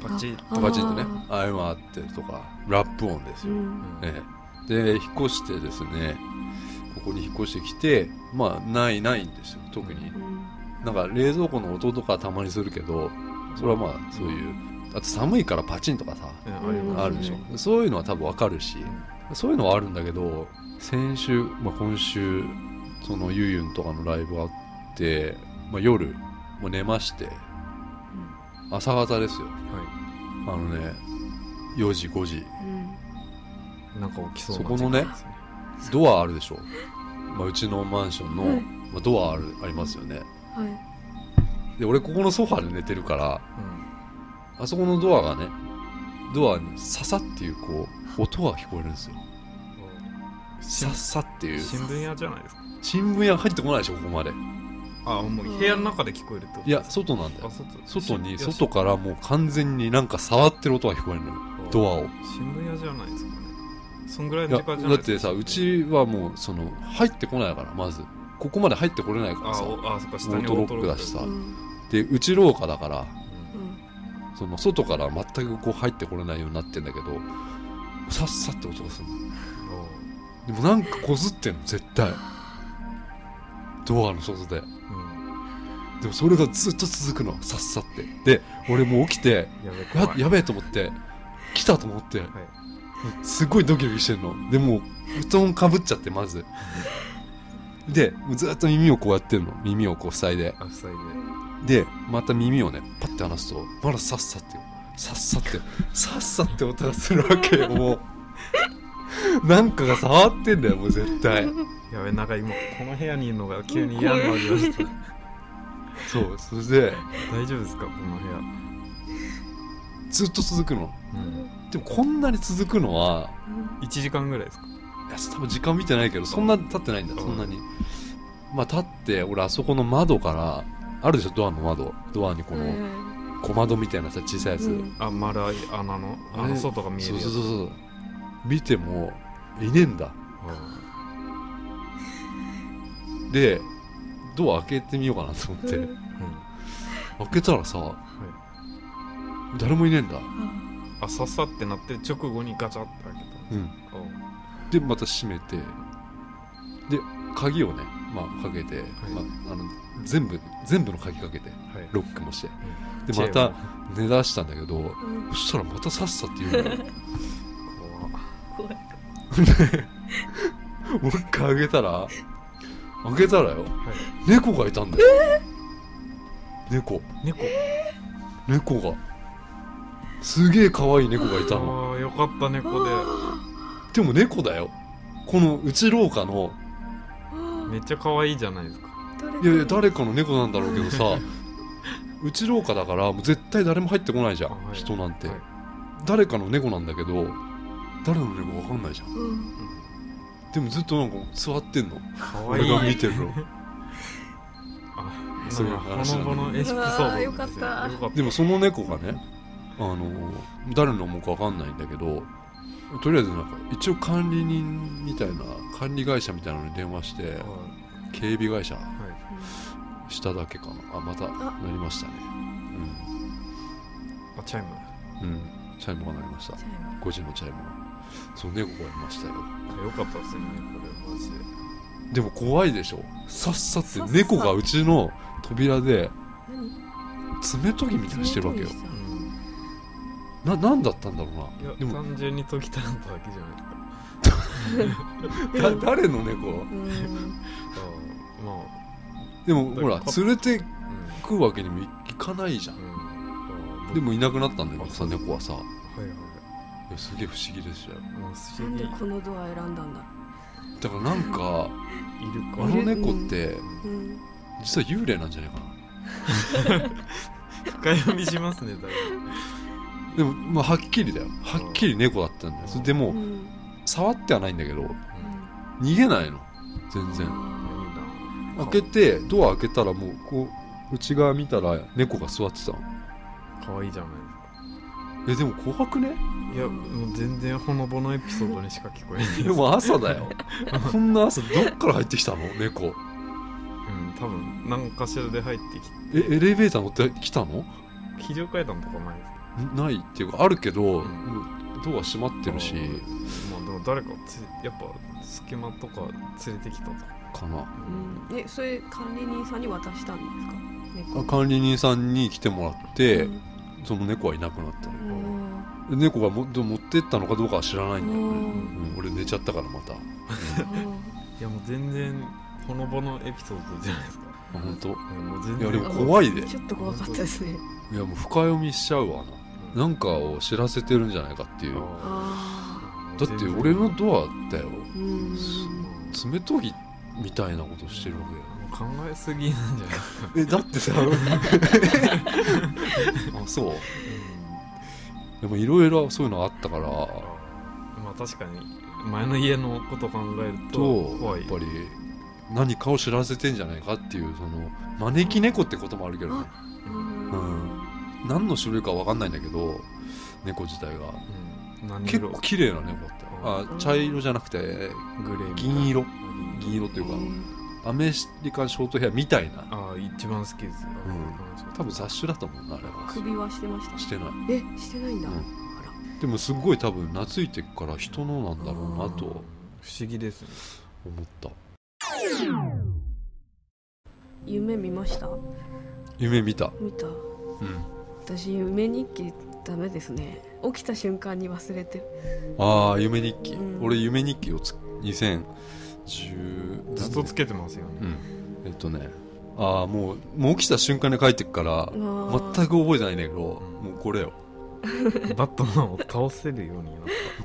Speaker 3: パチッ
Speaker 2: あ
Speaker 3: と
Speaker 1: パチッとね
Speaker 2: あ
Speaker 1: あれもあってとかラップ音です
Speaker 2: う
Speaker 1: よ、
Speaker 2: ん
Speaker 1: ええで引っ越してですねここに引っ越してきてまあないないんですよ特に
Speaker 2: うん
Speaker 1: なんか冷蔵庫の音とかはたまにするけどそれはまあそういうあと寒いからパチンとかさ
Speaker 3: うんあります
Speaker 1: あるでし
Speaker 2: う
Speaker 1: ょそういうのは多分わかるしそういうのはあるんだけど先週、まあ、今週そのゆうゆんとかのライブあって、まあ、夜もう寝まして朝方ですよ
Speaker 3: は
Speaker 1: あのね4時5時
Speaker 2: うん
Speaker 3: いなんか起きそう
Speaker 1: そ
Speaker 3: な
Speaker 1: このね
Speaker 3: 時間です
Speaker 1: ドアあるでしょ、まあ、うちのマンションの、
Speaker 2: はい
Speaker 1: まあ、ドアあるありますよね
Speaker 2: はい
Speaker 1: で俺ここのソファで寝てるから
Speaker 3: うん
Speaker 1: あそこのドアがねドアにささっていうこう音が聞こえるんですよささっていう
Speaker 3: 新聞屋じゃないですか
Speaker 1: 新聞屋入ってこないでしょここまで
Speaker 3: あもう部屋の中で聞こえるってこと
Speaker 1: いや外なんだよ
Speaker 3: あ外
Speaker 1: 外に
Speaker 3: いや
Speaker 1: 外からもう完全になんか触ってる音が聞こえるのよドアを
Speaker 3: 新聞屋じゃないですかねそんぐらい
Speaker 1: い
Speaker 3: の
Speaker 1: や
Speaker 3: 時間じゃ
Speaker 1: だ
Speaker 3: な
Speaker 1: っ
Speaker 3: いですか
Speaker 1: てさうちはもうその入ってこないからまずここまで入ってこれないから
Speaker 3: あ
Speaker 1: さ
Speaker 3: おあそっか
Speaker 1: オ
Speaker 3: 下
Speaker 1: ー
Speaker 3: に
Speaker 1: トロックだしさ
Speaker 3: オー
Speaker 2: うん
Speaker 1: でうち廊下だから
Speaker 3: トロッ
Speaker 2: う
Speaker 3: ク
Speaker 2: ん
Speaker 1: その外から全くこう入ってこれないようになってんだけどさっさって音がするの
Speaker 3: うん
Speaker 1: でもなんかこすってんの絶対ドアの外で
Speaker 3: うん
Speaker 1: でもそれがずっと続くのさっさってで俺もう起きて
Speaker 3: やべ怖
Speaker 1: や
Speaker 3: い
Speaker 1: やべえと思って来たと思って
Speaker 3: はい
Speaker 1: すごいドキドキしてんのでもう布団かぶっちゃってまずでもうずっと耳をこうやってんの耳をこう塞いで
Speaker 3: あ塞い
Speaker 1: でまた耳をねパッて離すとまださっさってさっさってさっさって音がするわけよもうなんかが触ってんだよもう絶対
Speaker 3: でやべなんか今この部屋にいるのが急に嫌になりました
Speaker 1: そうそれで
Speaker 3: 大丈夫ですかこの部屋
Speaker 1: ずっと続くの
Speaker 3: うん
Speaker 1: でもこんなに続くのは
Speaker 3: 1時間ぐらいですか
Speaker 1: いや多分時間見てないけどそんな経ってないんだそんなにまあ立って俺あそこの窓からあるでしょドアの窓ドアにこ
Speaker 2: はい
Speaker 1: の
Speaker 2: は
Speaker 1: 小窓みたいなさ小さいや
Speaker 2: い
Speaker 1: つ、
Speaker 2: うん
Speaker 3: あ丸い穴の
Speaker 1: あ
Speaker 3: あの
Speaker 1: れ
Speaker 3: 外が見え
Speaker 1: そ
Speaker 3: る
Speaker 1: う
Speaker 3: やつ
Speaker 1: そうそうそう見てもいねえんだ
Speaker 3: あ
Speaker 1: でドア開けてみようかなと思って、
Speaker 2: うん
Speaker 3: ーうん
Speaker 1: 開けたらさ、誰もいねえんだ、
Speaker 2: あ
Speaker 3: あささってなって直後にガチャって開け
Speaker 1: うん、
Speaker 3: たあ
Speaker 1: でまた閉めてで鍵をね、まあ、かけて、まあ、あの全部全部の鍵かけて
Speaker 3: はい
Speaker 1: ロックもして
Speaker 3: ん
Speaker 1: でま
Speaker 3: チェー
Speaker 1: た寝だしたんだけど
Speaker 2: うん
Speaker 1: そしたらまたさっさって言う のよ
Speaker 3: 怖っ
Speaker 2: 怖い
Speaker 1: もう一回開けたら開けたらよ
Speaker 3: はい
Speaker 1: 猫がいたんだよ猫
Speaker 3: 猫
Speaker 1: 猫がすげえ可愛い猫がいたの
Speaker 3: ああよかった猫で
Speaker 1: でも猫だよこの内廊下の
Speaker 3: めっちゃ可愛いじゃないですか
Speaker 1: いやいや誰かの猫なんだろうけど さ内廊下だからもう絶対誰も入ってこないじゃん、
Speaker 3: はい
Speaker 1: 人なんて、
Speaker 3: はい
Speaker 1: 誰かの猫なんだけど誰の猫か分かんないじゃん
Speaker 2: うん
Speaker 1: でもずっとなんか座ってんの
Speaker 3: 可愛
Speaker 1: 俺
Speaker 3: い
Speaker 1: が見てる の
Speaker 3: あ
Speaker 1: そういう
Speaker 3: ほ
Speaker 1: 話な
Speaker 3: の
Speaker 1: んだ
Speaker 3: ぼのエスピソードですね
Speaker 2: うわーよかった
Speaker 3: よかっ
Speaker 1: でもその猫がねあの誰のもか分かんないんだけどとりあえずなんか一応管理人みたいな管理会社みたいなのに電話して
Speaker 3: たは
Speaker 1: 警備会社
Speaker 3: いはい
Speaker 1: しただけかなあまた
Speaker 2: あ
Speaker 1: なりましたね
Speaker 3: あチャイム
Speaker 1: うん、うん、チャイムが鳴りました
Speaker 2: じゃあ
Speaker 1: 5時のチャイムがそう猫がいましたよ
Speaker 3: あよかったですね猫でマジで
Speaker 1: でも怖いでしょさっさって猫がうちの扉で
Speaker 2: 何
Speaker 1: 爪研ぎみたいにしてるわけよ
Speaker 2: 爪研ぎし
Speaker 3: うん
Speaker 1: な何だったんだろ
Speaker 3: いう
Speaker 1: な
Speaker 3: や
Speaker 1: でも
Speaker 3: 単純に解きたかっただけじゃないですか
Speaker 1: だ誰の猫
Speaker 2: たうん
Speaker 3: あーま
Speaker 1: でもほら
Speaker 3: だから
Speaker 1: 連れて
Speaker 3: あう
Speaker 1: くわけにもいいかないじゃん
Speaker 3: んうんあー
Speaker 1: でもいなくなったんだけどさ
Speaker 3: あそう
Speaker 1: 猫はさい
Speaker 3: はいはい
Speaker 1: やすげえ不思議でしたよ
Speaker 3: はいもう不
Speaker 2: な
Speaker 3: 思
Speaker 2: んで
Speaker 3: 議い
Speaker 2: このドア選んだんだ
Speaker 1: だからなんか
Speaker 3: る
Speaker 1: あ
Speaker 3: か
Speaker 1: の猫って
Speaker 2: う
Speaker 3: うん
Speaker 2: ん
Speaker 1: 実は幽霊なんじゃないかな
Speaker 3: 深読みしますねだいぶ
Speaker 1: でもまあはっきりだよはっきり猫だったんだよそれで
Speaker 2: う
Speaker 1: もうん触ってはないんだけど
Speaker 3: うん
Speaker 1: 逃げないの全然
Speaker 3: いいな
Speaker 1: 開けてドア開けたらもうこう内側見たら猫が座ってたの
Speaker 3: かわいいじゃないで
Speaker 1: えでも怖 くね
Speaker 3: すかいやもう全然ほのぼのエピソードにしか聞こえない
Speaker 1: でも朝だ よこんな朝どっから入ってきたの猫
Speaker 3: うん多分何かしらで入ってき
Speaker 1: えエレベーター乗ってきたの
Speaker 3: て非常階段とかないですか
Speaker 1: んないっていうかあるけど、
Speaker 3: うん
Speaker 1: もうドア閉まってるし
Speaker 3: まあでも誰かつやっぱ隙間とか連れてきたとか、
Speaker 1: かな
Speaker 2: うんえそれ管理人さんに渡したんですか
Speaker 1: あ
Speaker 2: 猫
Speaker 1: 管理人さんに来てもらって、その猫はいなくなったの
Speaker 2: うんうん
Speaker 1: で猫がもでも持ってったのかどうかは知らないんだよね、
Speaker 2: うん
Speaker 1: うん俺寝ちゃったからまた
Speaker 3: いやもう全然ほのぼのエピソードじゃないですか
Speaker 1: あ本当
Speaker 3: いやもう全
Speaker 1: いや
Speaker 3: 然
Speaker 1: でも怖いで
Speaker 2: ちょっと怖かったですね
Speaker 1: いやもう深読みしちゃうわななんかを知らせてるんじゃないかっていう
Speaker 3: あ
Speaker 2: あ
Speaker 3: ー
Speaker 1: だって俺のドアだよ
Speaker 2: あうん
Speaker 1: 爪研ぎみたいなことしてるわ
Speaker 3: もう考えすぎなんじゃないですか、
Speaker 1: けだよえだってさあそうでもいろいろそういう のあったから
Speaker 3: まあ確かに前の家のこと考えると
Speaker 1: と
Speaker 3: 怖い
Speaker 1: やっぱり何かを知らせてんじゃないかっていうその招き猫ってこともあるけどね
Speaker 2: うん
Speaker 1: 何の種類かわかんないんだけど猫自体が
Speaker 3: うん、何
Speaker 1: 結
Speaker 3: 色
Speaker 1: 構綺麗な猫だったよあ茶色じゃなくて
Speaker 3: グレーみたいな
Speaker 1: 銀色
Speaker 3: あ銀
Speaker 1: 銀色というか
Speaker 2: うん
Speaker 1: アメリカンショートヘアみたいな
Speaker 3: ああ一番好きです、
Speaker 1: ん多分雑種だと思うなあれは
Speaker 2: 首はしてました
Speaker 1: してない
Speaker 2: えしてないんだ
Speaker 1: うん
Speaker 2: あら
Speaker 1: でもすごい多分懐いてくから人のなんだろうな
Speaker 3: 不
Speaker 1: と
Speaker 3: 思議ですね
Speaker 1: 思った
Speaker 2: 夢見ました
Speaker 1: 夢見た
Speaker 2: 見た
Speaker 1: うん
Speaker 2: 私夢日記ダメですね起きた瞬間に忘れてる
Speaker 1: ああ夢日記、
Speaker 2: うん
Speaker 1: 俺夢日記をつ2010
Speaker 3: ずっとつけてますよね、
Speaker 1: うんえっとねああもうもう起きた瞬間に帰ってくから全
Speaker 2: 全
Speaker 1: く覚えてないんだけどもうこれよ
Speaker 3: バットマンを倒せるようになっ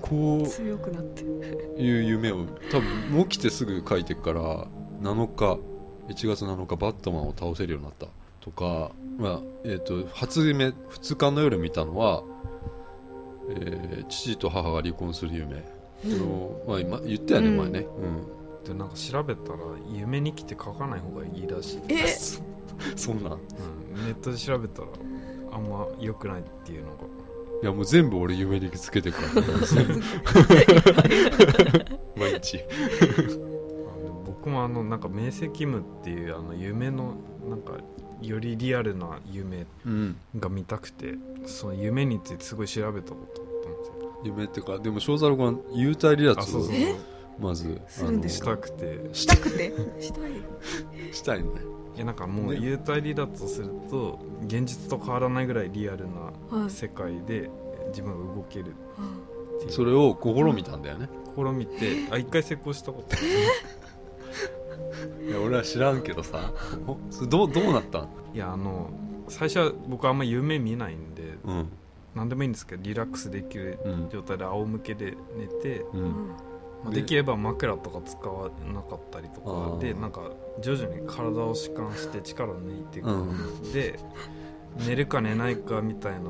Speaker 1: こ
Speaker 2: 強くなってる
Speaker 1: ういう夢を多分もう起きてすぐ書いてから7日1月7日バットマンを倒せるようになったとか、まあえっと初夢2日の夜見たのは、えー父と母が離婚する夢、このまあ、今言ったよね、
Speaker 2: うん
Speaker 1: 前ね、うん、
Speaker 3: てなんか調べたら夢に来て書かない方がいいらしい、
Speaker 2: え
Speaker 1: そんなん
Speaker 3: うん、ネットで調べたらあんま良くないっていうのが
Speaker 1: いやもう全部俺夢につけてるから ね毎日
Speaker 3: あの僕もあのなんか明晰夢っていうあの夢のなんかよりリアルな夢
Speaker 1: うん
Speaker 3: が見たくてその夢についてすごい調べたことあったんですよ
Speaker 1: 夢ってかでも翔太郎君は幽体離
Speaker 3: あ
Speaker 1: 脱
Speaker 3: そう
Speaker 1: を
Speaker 3: そう
Speaker 2: え
Speaker 1: まず
Speaker 2: するんで
Speaker 1: し
Speaker 3: したたくて
Speaker 2: したくてしたい
Speaker 1: したいね
Speaker 3: えなんかもう
Speaker 1: ね
Speaker 3: 幽体離脱すると現実と変わらないぐらいリアルな
Speaker 2: はい
Speaker 3: 世界で自分が動けるっていう
Speaker 1: それを試みたんだよね
Speaker 3: 試みてあ一回成功したことある
Speaker 1: いや俺は知らんけどさ おそれどうどうなったん
Speaker 3: いやあの最初は僕あんま夢見ないんで
Speaker 1: うん
Speaker 3: 何でもいいんですけどリラックスできる
Speaker 1: うん
Speaker 3: 状態で仰向けで寝て
Speaker 1: う
Speaker 2: うん ん
Speaker 3: まあ
Speaker 1: で
Speaker 3: できれば枕とか使わなかったりと
Speaker 1: あー
Speaker 3: かでなんか徐々に体を弛緩して力を抜いていくで寝るか寝ないかみたいな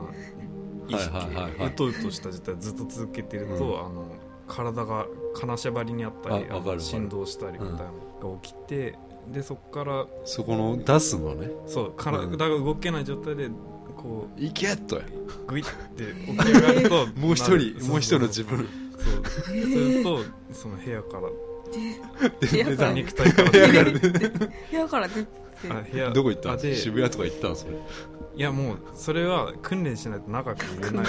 Speaker 3: 意識
Speaker 1: はいはいはいはいう
Speaker 3: とうとした状態ずっと続けてると、
Speaker 1: う
Speaker 3: あの体が金縛りにあったり
Speaker 1: あ
Speaker 3: あ
Speaker 1: わかるわか
Speaker 3: の
Speaker 1: る
Speaker 3: 振動したりみたいなのが起きて、でそこから
Speaker 1: そこの出すのね
Speaker 3: そう体が動けない状態でこ
Speaker 1: 「いけ!」と
Speaker 3: うグイって起き上がると
Speaker 1: もう一人もう一人の自
Speaker 3: 分
Speaker 1: 分
Speaker 3: そうそうするとその部屋から
Speaker 1: で
Speaker 2: 部屋
Speaker 1: 出
Speaker 2: か
Speaker 1: た
Speaker 2: ら
Speaker 1: 部
Speaker 3: 肉体 か
Speaker 1: 屋
Speaker 3: ら
Speaker 1: か
Speaker 3: 出
Speaker 1: ら
Speaker 3: る
Speaker 1: 出て
Speaker 2: 部屋から出て
Speaker 3: あ部屋
Speaker 1: どこ行った
Speaker 3: あ
Speaker 1: ん
Speaker 3: で
Speaker 1: 渋谷とか行ったんそれ
Speaker 3: いやもうそれは訓練しないと長く入れない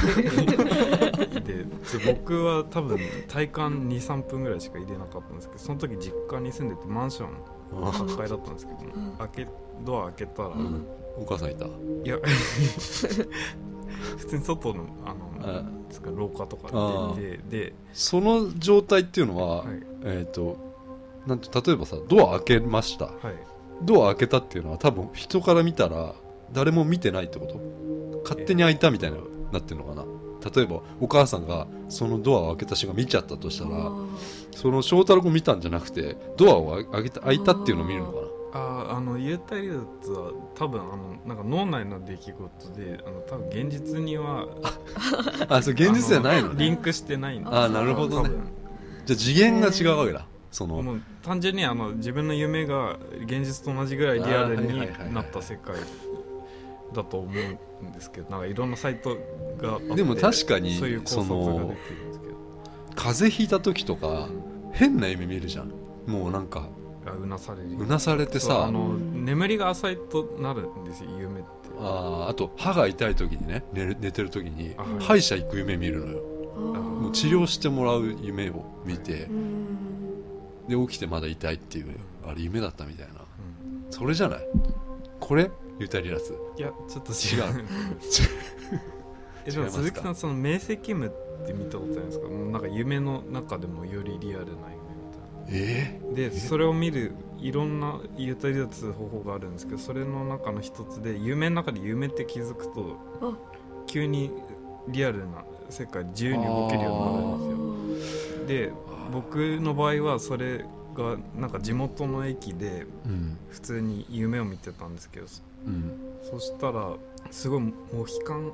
Speaker 3: でちょ僕は多分体感23分ぐらいしか入れなかったんですけどその時実家に住んでてマンション
Speaker 1: あ
Speaker 3: 8階だったんですけど
Speaker 2: ん
Speaker 3: 開けドア開けたら、
Speaker 1: うんお母さんいた
Speaker 3: いや普通に外のあの
Speaker 1: あ
Speaker 3: つうか廊下とかで出てで、
Speaker 1: その状態っていうのは、
Speaker 3: はい
Speaker 1: えっ、となんと例えばさドア開けました
Speaker 3: はい、
Speaker 1: ドア開けたっていうのは多分人から見たら誰も見てないってこと勝手に開いたみたいな、なってるのかな例えばお母さんがそのドアを開けた瞬間見ちゃったとしたらその翔太郎君見たんじゃなくてドアを開けた開いたっていうのを見るのかな
Speaker 3: あーあの幽体離脱は多分あのなんか脳内の出来事であの多分現実には
Speaker 1: あそれ現実じゃないの
Speaker 3: あリ
Speaker 1: ね
Speaker 3: ンクしてないんで
Speaker 1: あーなるほどね
Speaker 3: 多分
Speaker 1: じゃあ次元が違うわけだその
Speaker 3: もう単純にあの自分の夢が現実と同じぐらいリアル
Speaker 1: あーはいはいはいはい
Speaker 3: になった世界だと思うんですけどなんかいろんなサイトがあって
Speaker 1: でも確かに
Speaker 3: そういう考察
Speaker 1: そ
Speaker 3: が
Speaker 1: の
Speaker 3: できるんですけど
Speaker 1: 風邪ひいた時とか
Speaker 3: うん
Speaker 1: 変な夢見るじゃんもうなんか
Speaker 3: あうなされる
Speaker 1: うなされて
Speaker 3: そう
Speaker 1: さ
Speaker 3: あの
Speaker 2: うん
Speaker 3: 眠りが浅いとなるんですよ夢って
Speaker 1: あーあと歯が痛い時にね寝る寝てる時に
Speaker 3: あはい
Speaker 1: 歯医者行く夢見るのよも
Speaker 2: も
Speaker 1: う治療してもらう夢を見て
Speaker 2: うん
Speaker 1: で起きてまだ痛いっていうあれ夢だったみたいな
Speaker 3: うん
Speaker 1: それじゃないこれゆたりらつ
Speaker 3: いやちょっと違う
Speaker 1: 違います
Speaker 3: えでも
Speaker 1: か
Speaker 3: 鈴木さんその明晰夢って見たことないですかもうなんか夢の中でもよりリアルな夢みたいな
Speaker 1: え
Speaker 3: でそれを見るいろんな幽体離脱方法があるんですけどそれの中の一つで夢の中で夢って気づくと
Speaker 2: あ
Speaker 3: 急にリアルな世界自由に動けるようになるんですよで僕の場合はそれがなんか地元の駅
Speaker 1: ー
Speaker 3: で
Speaker 1: うん
Speaker 3: 普通に夢を見てたんですけどそ
Speaker 1: うん
Speaker 3: そしたらすごいモヒカン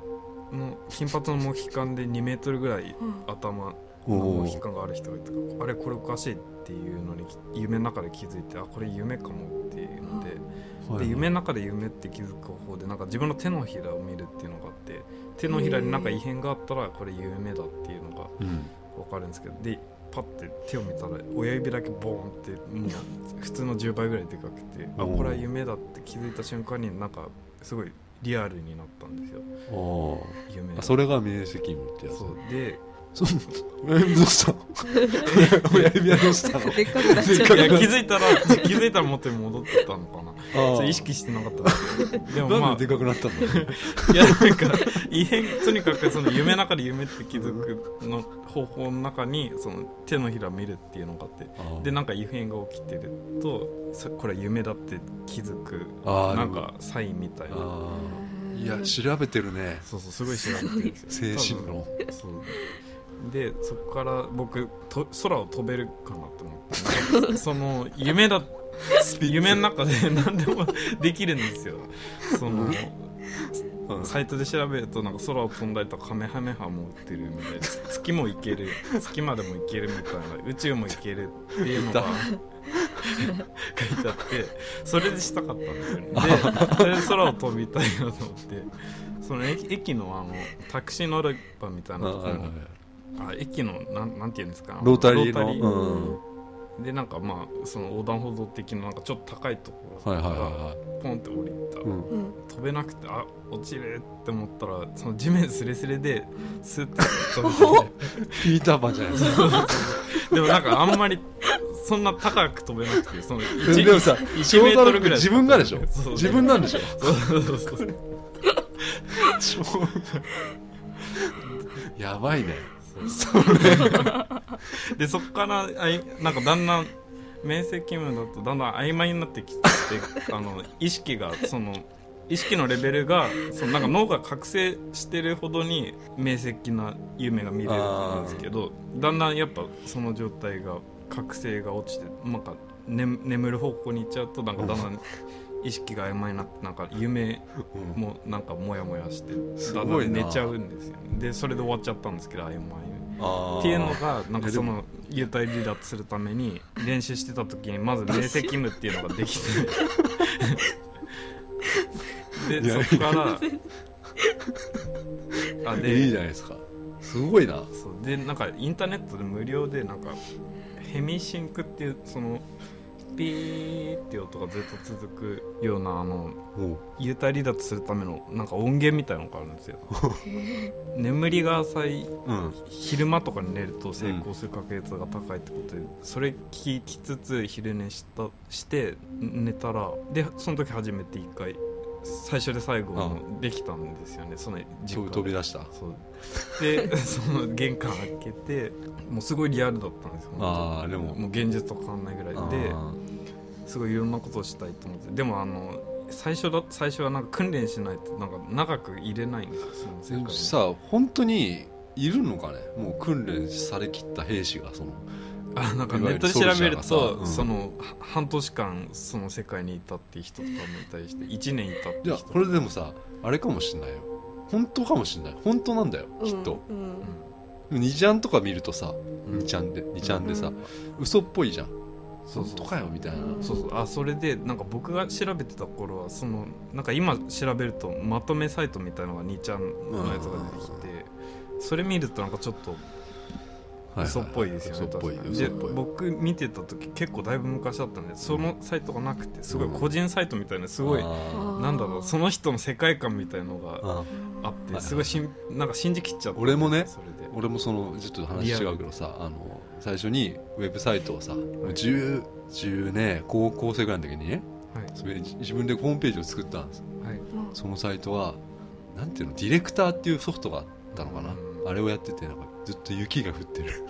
Speaker 3: の金髪のモヒカンで2メートルぐらい
Speaker 2: うん
Speaker 3: 頭
Speaker 1: お
Speaker 3: もう引っ
Speaker 1: お
Speaker 3: かがある人がいたからあれこれおかしいっていうのにき夢の中で気づいてあこれ夢かもっていうので,、で夢の中で夢って気づく方法でなんか自分の手のひらを見るっていうのがあって手のひらになんか異変があったらこれ夢だっていうのが
Speaker 1: うん
Speaker 3: 分かるんですけどでパッて手を見たら親指だけボーンってもう普通の10倍ぐらいでかくてあ
Speaker 1: おー
Speaker 3: これは夢だって気づいた瞬間になんかすごいリアルになったんですよ
Speaker 1: おー
Speaker 3: 夢
Speaker 1: あそれが明晰夢ってやつ
Speaker 3: そうで
Speaker 1: そうえどうしたの親指はどうしたの
Speaker 2: でっかくなっちゃ
Speaker 1: でっか
Speaker 3: いや
Speaker 1: く
Speaker 2: う
Speaker 3: 気づいたら気づいたら元に戻ってたのかなそ
Speaker 1: あ
Speaker 3: れ
Speaker 1: あ
Speaker 3: 意識してなかったですけ どでもま
Speaker 1: な
Speaker 3: あ
Speaker 1: んででかくなったの
Speaker 3: いやなんか異変とにかくその夢の中で夢って気づくの方法の中にその手のひら見るっていうのがあってでなんか異変が起きてるとそこれは夢だって気づく
Speaker 1: あー
Speaker 3: なんかサインみたい
Speaker 1: あ
Speaker 3: な
Speaker 1: ーいや調べてるね
Speaker 3: そうそうすごい調べてるんです
Speaker 1: 精
Speaker 3: よ
Speaker 1: 神論
Speaker 3: 多分そうでそこから僕と空を飛べるかなと思っ てなんかその夢だ夢の中で何でもできるんですよその、
Speaker 1: うん
Speaker 3: サイトで調べるとなんか空を飛んだりとかカメハメハも売ってるみたいな月も行ける月までも行けるみたいな宇宙も行けるっていうのが書いてあってそれでしたかったんです よねでそれで空を飛びたいなと思ってその駅駅のあのタクシー乗り場みたいなところのあ駅のなんなんていうんですか
Speaker 1: ロータリー
Speaker 3: ロ
Speaker 1: の
Speaker 3: でなんかまあその横断歩道的ななんかちょっと高いとこ
Speaker 1: うんは
Speaker 3: ろ
Speaker 1: いはい
Speaker 3: か
Speaker 1: は
Speaker 3: ら
Speaker 1: いはい
Speaker 3: ポンって降りた、
Speaker 1: うん
Speaker 2: うん
Speaker 3: 飛べなくてあ落ちるって思ったらその地面すれすれでスッと飛べて
Speaker 1: ピーターパンじゃないですか
Speaker 3: でもなんかあんまりそんな高く飛べなくてその 1,
Speaker 1: でもさ
Speaker 3: 1メートルぐらい
Speaker 1: 自分がでしょ
Speaker 3: そう
Speaker 1: 自分なんでしょ
Speaker 3: そうそうそうそう
Speaker 1: やばいね
Speaker 3: でそっからあいなんかだんだん面積務だとだんだん曖昧になってき てあの意識がその意識のレベルがそのなんか脳が覚醒してるほどに明晰な夢が見れると思うんですけどだんだんやっぱその状態が覚醒が落ちてなんか、ね、眠る方向に行っちゃうとなんかだんだん意識が曖昧になってなんか夢
Speaker 1: うん
Speaker 3: もなんかモヤモヤして
Speaker 1: す
Speaker 3: だんだ
Speaker 1: ごい
Speaker 3: ん
Speaker 1: な
Speaker 3: 寝ちゃうんですよねでそれで終わっちゃったんですけど曖昧に。
Speaker 1: あー
Speaker 3: っていうのがなんか
Speaker 1: いやで
Speaker 3: そ
Speaker 1: も
Speaker 3: の幽体離脱するために練習してた時にまず明晰夢っていうのがで きて
Speaker 1: いや
Speaker 3: でそこ からあ
Speaker 1: いいじ
Speaker 3: で
Speaker 1: ゃないですかすごいな
Speaker 3: そうでなんかインターネットで無料でなんかヘミシンクっていうそのピーっていう音がずっと続くようなあの
Speaker 1: おう
Speaker 3: 幽体離脱するためのなんか音源みたいなのがあるん ですよ眠りが浅い
Speaker 1: うん
Speaker 3: 昼間とかに寝ると成功する確率が高いってことで、それ聞きつつ昼寝したして寝たらでその時初めて一回最初で最後のできたんですよねその時
Speaker 1: そう
Speaker 3: 間
Speaker 1: 飛び出した
Speaker 3: そうで その玄関開けてもうすごいリアルだったんですよ本当に
Speaker 1: あーでも
Speaker 3: もう現実と変わんないぐらいで
Speaker 1: あ
Speaker 3: すごいいろんなことをしたいと思ってでもあの最初だ最初はなんか訓練しないとなんか長く入れないんですよその世
Speaker 1: ー
Speaker 3: 界
Speaker 1: でも
Speaker 3: に
Speaker 1: さ本当にいるのかねもう訓練されきった兵士がその
Speaker 3: あなんか
Speaker 1: いわ
Speaker 3: ネ
Speaker 1: ゆる
Speaker 3: ットで調べる
Speaker 1: ソルジャー
Speaker 3: と、
Speaker 1: がさうん
Speaker 3: そのは半年間その世界にいたっていう人とかもいたりして1年いたって
Speaker 1: じ
Speaker 3: い
Speaker 1: ゃ
Speaker 3: う
Speaker 1: あ
Speaker 3: 人
Speaker 1: これでもさあれかもしんないよ本当かもしんない本当なんだよきっと、
Speaker 2: うんうん
Speaker 1: 二ちゃんとか見るとさ二ちゃんで二ちゃんでさ、
Speaker 2: うん
Speaker 1: 嘘っぽいじゃん
Speaker 3: そう
Speaker 1: 本
Speaker 3: そ
Speaker 1: 当
Speaker 3: う
Speaker 1: かよみたいな、
Speaker 2: うん
Speaker 3: そうそうあそれでなんか僕が調べてた頃はそのなんか今調べるとまとめサイトみたいなのが2ちゃんのやつが出てきてそれ見るとなんかちょっと
Speaker 1: はは
Speaker 3: 嘘っぽいですよね、
Speaker 1: 嘘っぽい
Speaker 3: 確かに
Speaker 1: 嘘っぽい
Speaker 3: で僕見てた時結構だいぶ昔だったんでそのサイトがなくてすごい個人サイトみたいなすごい、
Speaker 1: あー
Speaker 2: ー
Speaker 3: なんだろうその人の世界観みたいのが
Speaker 1: あー
Speaker 3: あ
Speaker 1: は
Speaker 3: っ
Speaker 1: いはい
Speaker 3: てすごいしんなんか信じきっちゃった
Speaker 1: 俺もね
Speaker 3: それで
Speaker 1: 俺もそのちょっと話違うけどさあの最初にウェブサイトをさ10 10ね高校生ぐらいの時にねそれ自分でホームページを作ったんです
Speaker 3: はいはい
Speaker 2: うん
Speaker 1: そのサイトはなんていうのディレクターっていうソフトがあったのかな
Speaker 3: うん
Speaker 1: あれをやっててなんかずっと雪が降ってる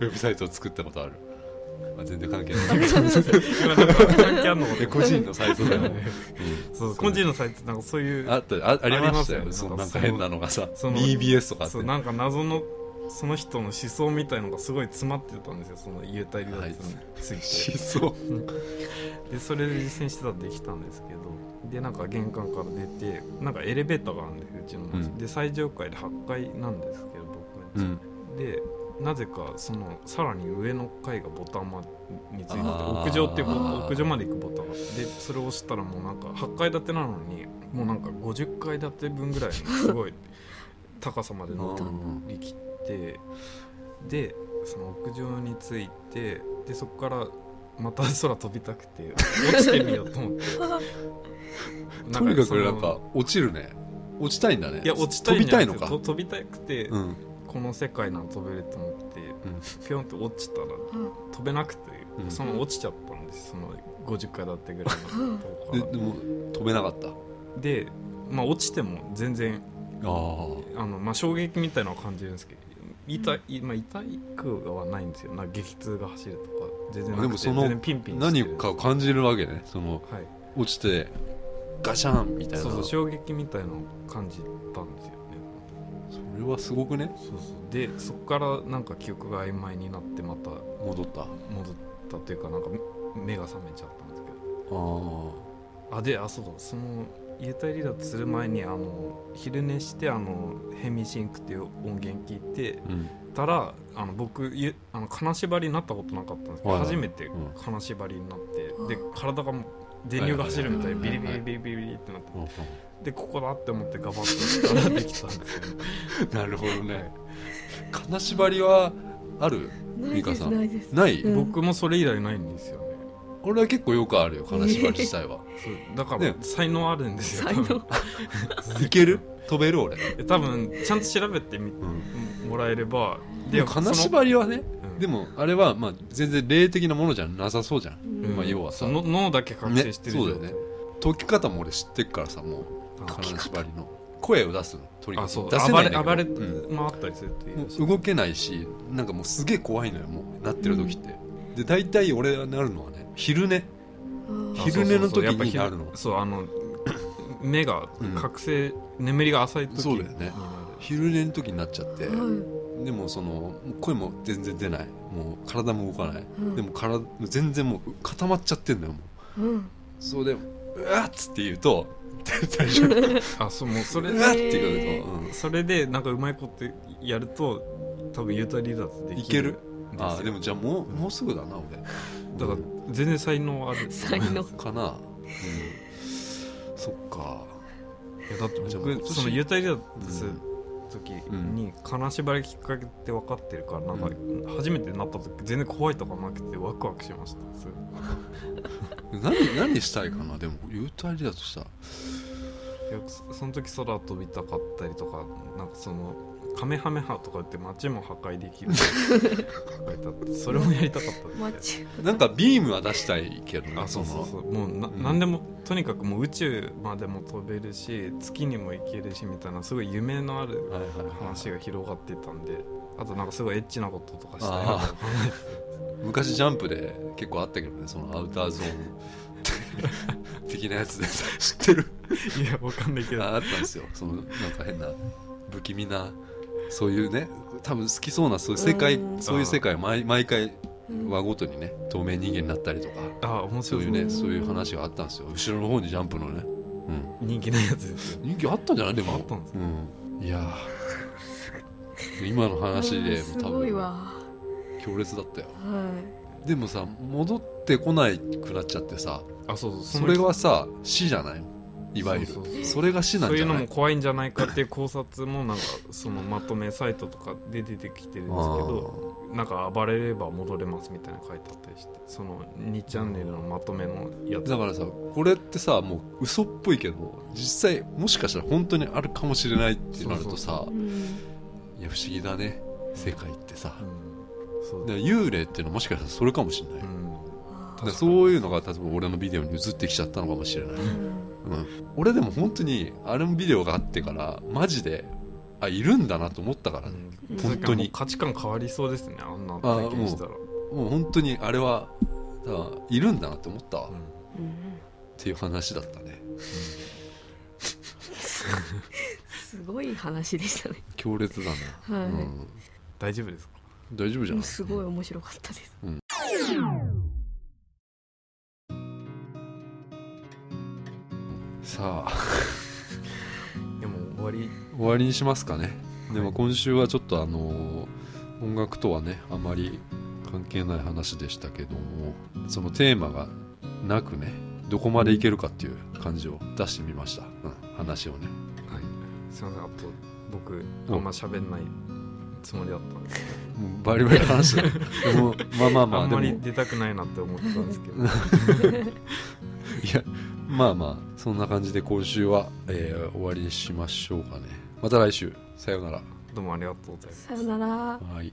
Speaker 1: ウェブサイトを作ったことある、まあ、全然関係ない
Speaker 3: 今なんか関係あんのか
Speaker 1: で個人のサイトだよね、
Speaker 3: そう個人のサイトなんかそういう
Speaker 1: あったあありましたよ
Speaker 3: あります
Speaker 1: その
Speaker 3: よね
Speaker 1: な
Speaker 3: な
Speaker 1: ん
Speaker 3: ん
Speaker 1: か
Speaker 3: か
Speaker 1: 変なのがさ
Speaker 3: その
Speaker 1: BBS とかあって
Speaker 3: そうなんか謎のその人の思想みたいのがすごい詰まってたんですよその幽体離脱について、
Speaker 1: しそう
Speaker 3: でそれで実践してたらできたんですけどでなんか玄関から出てなんかエレベーターがあるんでうちの、
Speaker 1: うん
Speaker 3: で最上階で8階なんですけど僕
Speaker 1: う
Speaker 3: の家
Speaker 1: ん
Speaker 3: でなぜかそのさらに上の階がボタンまについてて
Speaker 1: あー
Speaker 3: 屋上っていうボタン
Speaker 1: あー
Speaker 3: 屋上まで行くボタンがあってでそれを押したらもうなんか8階建てなのにもうなんか50階建て分ぐらいのすごい高さまで登りきってでその屋上についてでそこからまた空飛びたくて落ちてみようと思 って
Speaker 1: とにかくなん
Speaker 3: そ
Speaker 1: か
Speaker 3: の
Speaker 1: 落ちるね落ちたいんだね
Speaker 3: いや落ちたいん
Speaker 1: 飛び
Speaker 3: じゃ
Speaker 1: た
Speaker 3: ないく
Speaker 1: のか
Speaker 3: てと飛びたくて、
Speaker 1: うん
Speaker 3: この世界なら飛べると思って、ぴょんって落ちたら
Speaker 2: うん
Speaker 3: 飛べなくて、
Speaker 1: うん
Speaker 3: その落ちちゃったんですその50階建てぐらいのとこ
Speaker 1: で
Speaker 3: から
Speaker 1: でも飛べなかったあ
Speaker 3: で、まあ、落ちても全然
Speaker 1: あ
Speaker 3: あの、まあ、衝撃みたいなのは感じるんですけど痛,、
Speaker 2: う
Speaker 3: いまあ、痛くはないんですよなんか激痛が走るとか全然な
Speaker 1: で
Speaker 3: く
Speaker 1: も
Speaker 3: て
Speaker 1: その
Speaker 3: 全然ピンピンして
Speaker 1: 何
Speaker 3: る
Speaker 1: かを感じるわけねその
Speaker 3: はい
Speaker 1: 落ちてガシャンみたいな
Speaker 3: そうそう衝撃みたいなのを感じたんですよね
Speaker 1: それはすごくね
Speaker 3: そうそうでそこからなんか記憶が曖昧になってまた
Speaker 1: 戻ったあ
Speaker 3: 戻ったというかなんか目が覚めちゃったんですけど
Speaker 1: あ
Speaker 3: あであそうだその幽体離脱する前にあの昼寝してあのヘミシンクっていう音源聞いて
Speaker 1: うん
Speaker 3: たらあの僕ゆあの金縛りになったことなかったんですけど、
Speaker 1: はいはい
Speaker 3: 初めて
Speaker 1: うん
Speaker 3: 金縛りになって、
Speaker 2: うん
Speaker 3: で体がもう電流が走るみたいに
Speaker 1: はい
Speaker 3: ビ
Speaker 1: はい
Speaker 3: リ
Speaker 1: は
Speaker 3: ビ
Speaker 1: いはい
Speaker 3: リビリビリビリってなって
Speaker 1: うん
Speaker 3: でここだって思ってガバッと力できたんですよ、ね、
Speaker 1: なるほどね金縛りはある
Speaker 2: ないですないです
Speaker 1: ない、
Speaker 2: うん
Speaker 3: 僕もそれ以来ないんですよね
Speaker 1: 俺は結構よくあるよ金縛り自 体は
Speaker 3: そうだか
Speaker 1: ね
Speaker 3: ら才能あるんですよ
Speaker 2: 才能
Speaker 1: いける飛べる俺、
Speaker 3: 多分多分ちゃんと調べてみ
Speaker 1: うん、
Speaker 3: もらえれば
Speaker 1: でも金縛りはね
Speaker 3: り、うん
Speaker 1: でもあれはまあ全然霊的なものじゃなさそうじゃん
Speaker 2: うん
Speaker 1: まあ要はさ
Speaker 3: その脳だけ覚醒してる
Speaker 1: ねそうだよね解き方も俺知ってっからさもう金縛りの声を出すの取り
Speaker 3: あそう
Speaker 1: 出せないんだけど
Speaker 3: 暴れ暴れ
Speaker 1: うん
Speaker 3: 回ったりするっていう
Speaker 1: も
Speaker 3: らしいう
Speaker 1: 動けないしなんかもうすげえ怖いのよもうなってる時って、で大体俺がなるのはね昼寝
Speaker 2: うん
Speaker 3: あ
Speaker 1: 昼寝の
Speaker 3: そ
Speaker 1: 時
Speaker 3: うそうそう
Speaker 1: に
Speaker 3: やっぱ昼
Speaker 1: なるの
Speaker 3: そうあの目が
Speaker 1: うん
Speaker 3: 覚醒、眠りが浅い時
Speaker 1: そう
Speaker 3: に
Speaker 1: だ
Speaker 3: な
Speaker 1: よ
Speaker 3: る
Speaker 1: ね昼寝の時になっちゃって、
Speaker 2: は
Speaker 1: でもそのもう声も全然出ないもう体も動かない、
Speaker 2: うん
Speaker 1: でも体もう全然もう固まっちゃってんのよもう
Speaker 2: いうん
Speaker 1: それで「うわっ!」つって言うと大丈夫
Speaker 3: あそうもうそれ
Speaker 1: うわっ!」って言うと、うん
Speaker 3: それでなんかうまいことやると多分幽体離脱できる
Speaker 1: いける
Speaker 3: んですよ
Speaker 1: あーでもじゃあもうもうすぐだな俺
Speaker 3: だ
Speaker 1: う
Speaker 3: から
Speaker 1: ん
Speaker 3: 全然才 能ある
Speaker 2: 才能
Speaker 3: いや
Speaker 1: かな、うん、そっか
Speaker 3: だって
Speaker 1: じゃあ
Speaker 3: 僕
Speaker 1: もう
Speaker 3: その幽体離脱する
Speaker 1: う
Speaker 3: 時に金縛りきっかけって分かってるからなんか
Speaker 1: う
Speaker 3: 初めてなった時全然怖いとかなくてワクワクしましたすごい
Speaker 1: 何何したいかなでも幽体離脱したら
Speaker 3: いやそその時空飛びたかったりとかなんかそのカメハメハとか言って街も破壊できる書いてあってそれもやりたかった
Speaker 2: マ
Speaker 3: です
Speaker 2: ジ
Speaker 1: なんかビームは出したいけどね
Speaker 3: あそうそうそうもうな、
Speaker 1: うん
Speaker 3: 何でもとにかくもう宇宙までも飛べるし月にも行けるしみたいなすごい夢のあ
Speaker 1: そ
Speaker 3: る
Speaker 1: のはいはいはい
Speaker 3: 話が広がってたんであとなんかすごいエッチなこととかしたいなとか
Speaker 1: あー昔ジャンプで結構あったけどねそのアウターゾーン的なやつでさ知ってる
Speaker 3: いやわかんないけど
Speaker 1: ああったんですよそのなんか変な不気味なそういうね多分好きそうなそういう世界
Speaker 2: うん
Speaker 1: そういう世界毎毎回
Speaker 2: うん
Speaker 1: 話ごとにね透明人間になったりとか
Speaker 3: あ面
Speaker 1: そ
Speaker 3: 白
Speaker 1: う
Speaker 3: い
Speaker 1: いうねそういう話があったんですよ後ろの方にジャンプのね、うん、
Speaker 3: 人気ないやつですよ
Speaker 1: 人気あったんじゃないでも
Speaker 3: あったんです
Speaker 1: うん、いやー今の話で
Speaker 2: うん
Speaker 1: も
Speaker 2: す
Speaker 1: う多
Speaker 2: ごい
Speaker 1: 分
Speaker 2: わ
Speaker 1: 強烈だったよ
Speaker 2: は
Speaker 1: でもさ戻ってこないくなっちゃってさ
Speaker 3: あそうそう
Speaker 1: そ
Speaker 3: の
Speaker 1: れはさ死じゃないいわゆる
Speaker 3: そ
Speaker 1: そう
Speaker 3: そうそう
Speaker 1: れが死なん
Speaker 3: そうい
Speaker 1: じ
Speaker 3: う
Speaker 1: ゃ
Speaker 3: の
Speaker 1: ない
Speaker 3: も怖いんじゃないかっていう考察もなんかそのまとめサイトとかで出てきてるんですけどなんか暴れれば戻れますみたいなの書いてあったりしてその2チャンネルのまとめのや
Speaker 1: あー
Speaker 3: つ
Speaker 1: だからさこれってさもう嘘っぽいけど実際もしかしたら本当にあるかもしれないってなるとさ
Speaker 2: いうん
Speaker 1: いや不思議だね世界ってさ、
Speaker 3: うんそう
Speaker 1: だから幽霊っていうのはもしかしたらそれかもしれない、
Speaker 3: う
Speaker 1: だか
Speaker 3: ん
Speaker 2: あ
Speaker 1: らそういうのが例えば俺のビデオに映ってきちゃったのかもしれない
Speaker 2: ーう
Speaker 1: う
Speaker 2: ん
Speaker 1: ん、俺でも本当にあれのビデオがあってからマジであいるんだなと思ったからね、
Speaker 3: うん
Speaker 1: 本当に
Speaker 3: もう価値観変わりそうですねあんな体験したら
Speaker 1: もう本当にあれはだからいるんだなって思ったわ、
Speaker 3: う
Speaker 1: っ
Speaker 3: ん
Speaker 2: うん
Speaker 1: ていう話だったね
Speaker 2: すごい話でしたね
Speaker 1: 強烈だな、
Speaker 2: はい
Speaker 1: うん、
Speaker 3: 大丈夫ですか
Speaker 1: 大丈夫じゃ
Speaker 2: うんんすごい面白かったです
Speaker 1: さあ
Speaker 3: でもう終わり
Speaker 1: 終わりにしますかねで
Speaker 3: は
Speaker 1: も
Speaker 3: い
Speaker 1: 今週はちょっとあのー音楽とはねあまり関係ない話でしたけどもそのテーマがなくねどこまでいけるかっていう感じを出してみました、うん、話をね
Speaker 3: はいすいませんあと僕あんま喋んないつもりだったんですけど
Speaker 1: もうバリバリ話 してるでもまあまあま
Speaker 3: あ
Speaker 1: あ
Speaker 3: ん
Speaker 1: で
Speaker 3: ま
Speaker 1: も
Speaker 3: り
Speaker 1: い
Speaker 3: 出たくないなって思ってたんですけ ど
Speaker 1: やまあまあそんな感じで今週は、えー終わりにしましょうかねまた来週さようなら
Speaker 4: どうもありがとうございます
Speaker 3: さよなら。
Speaker 1: はい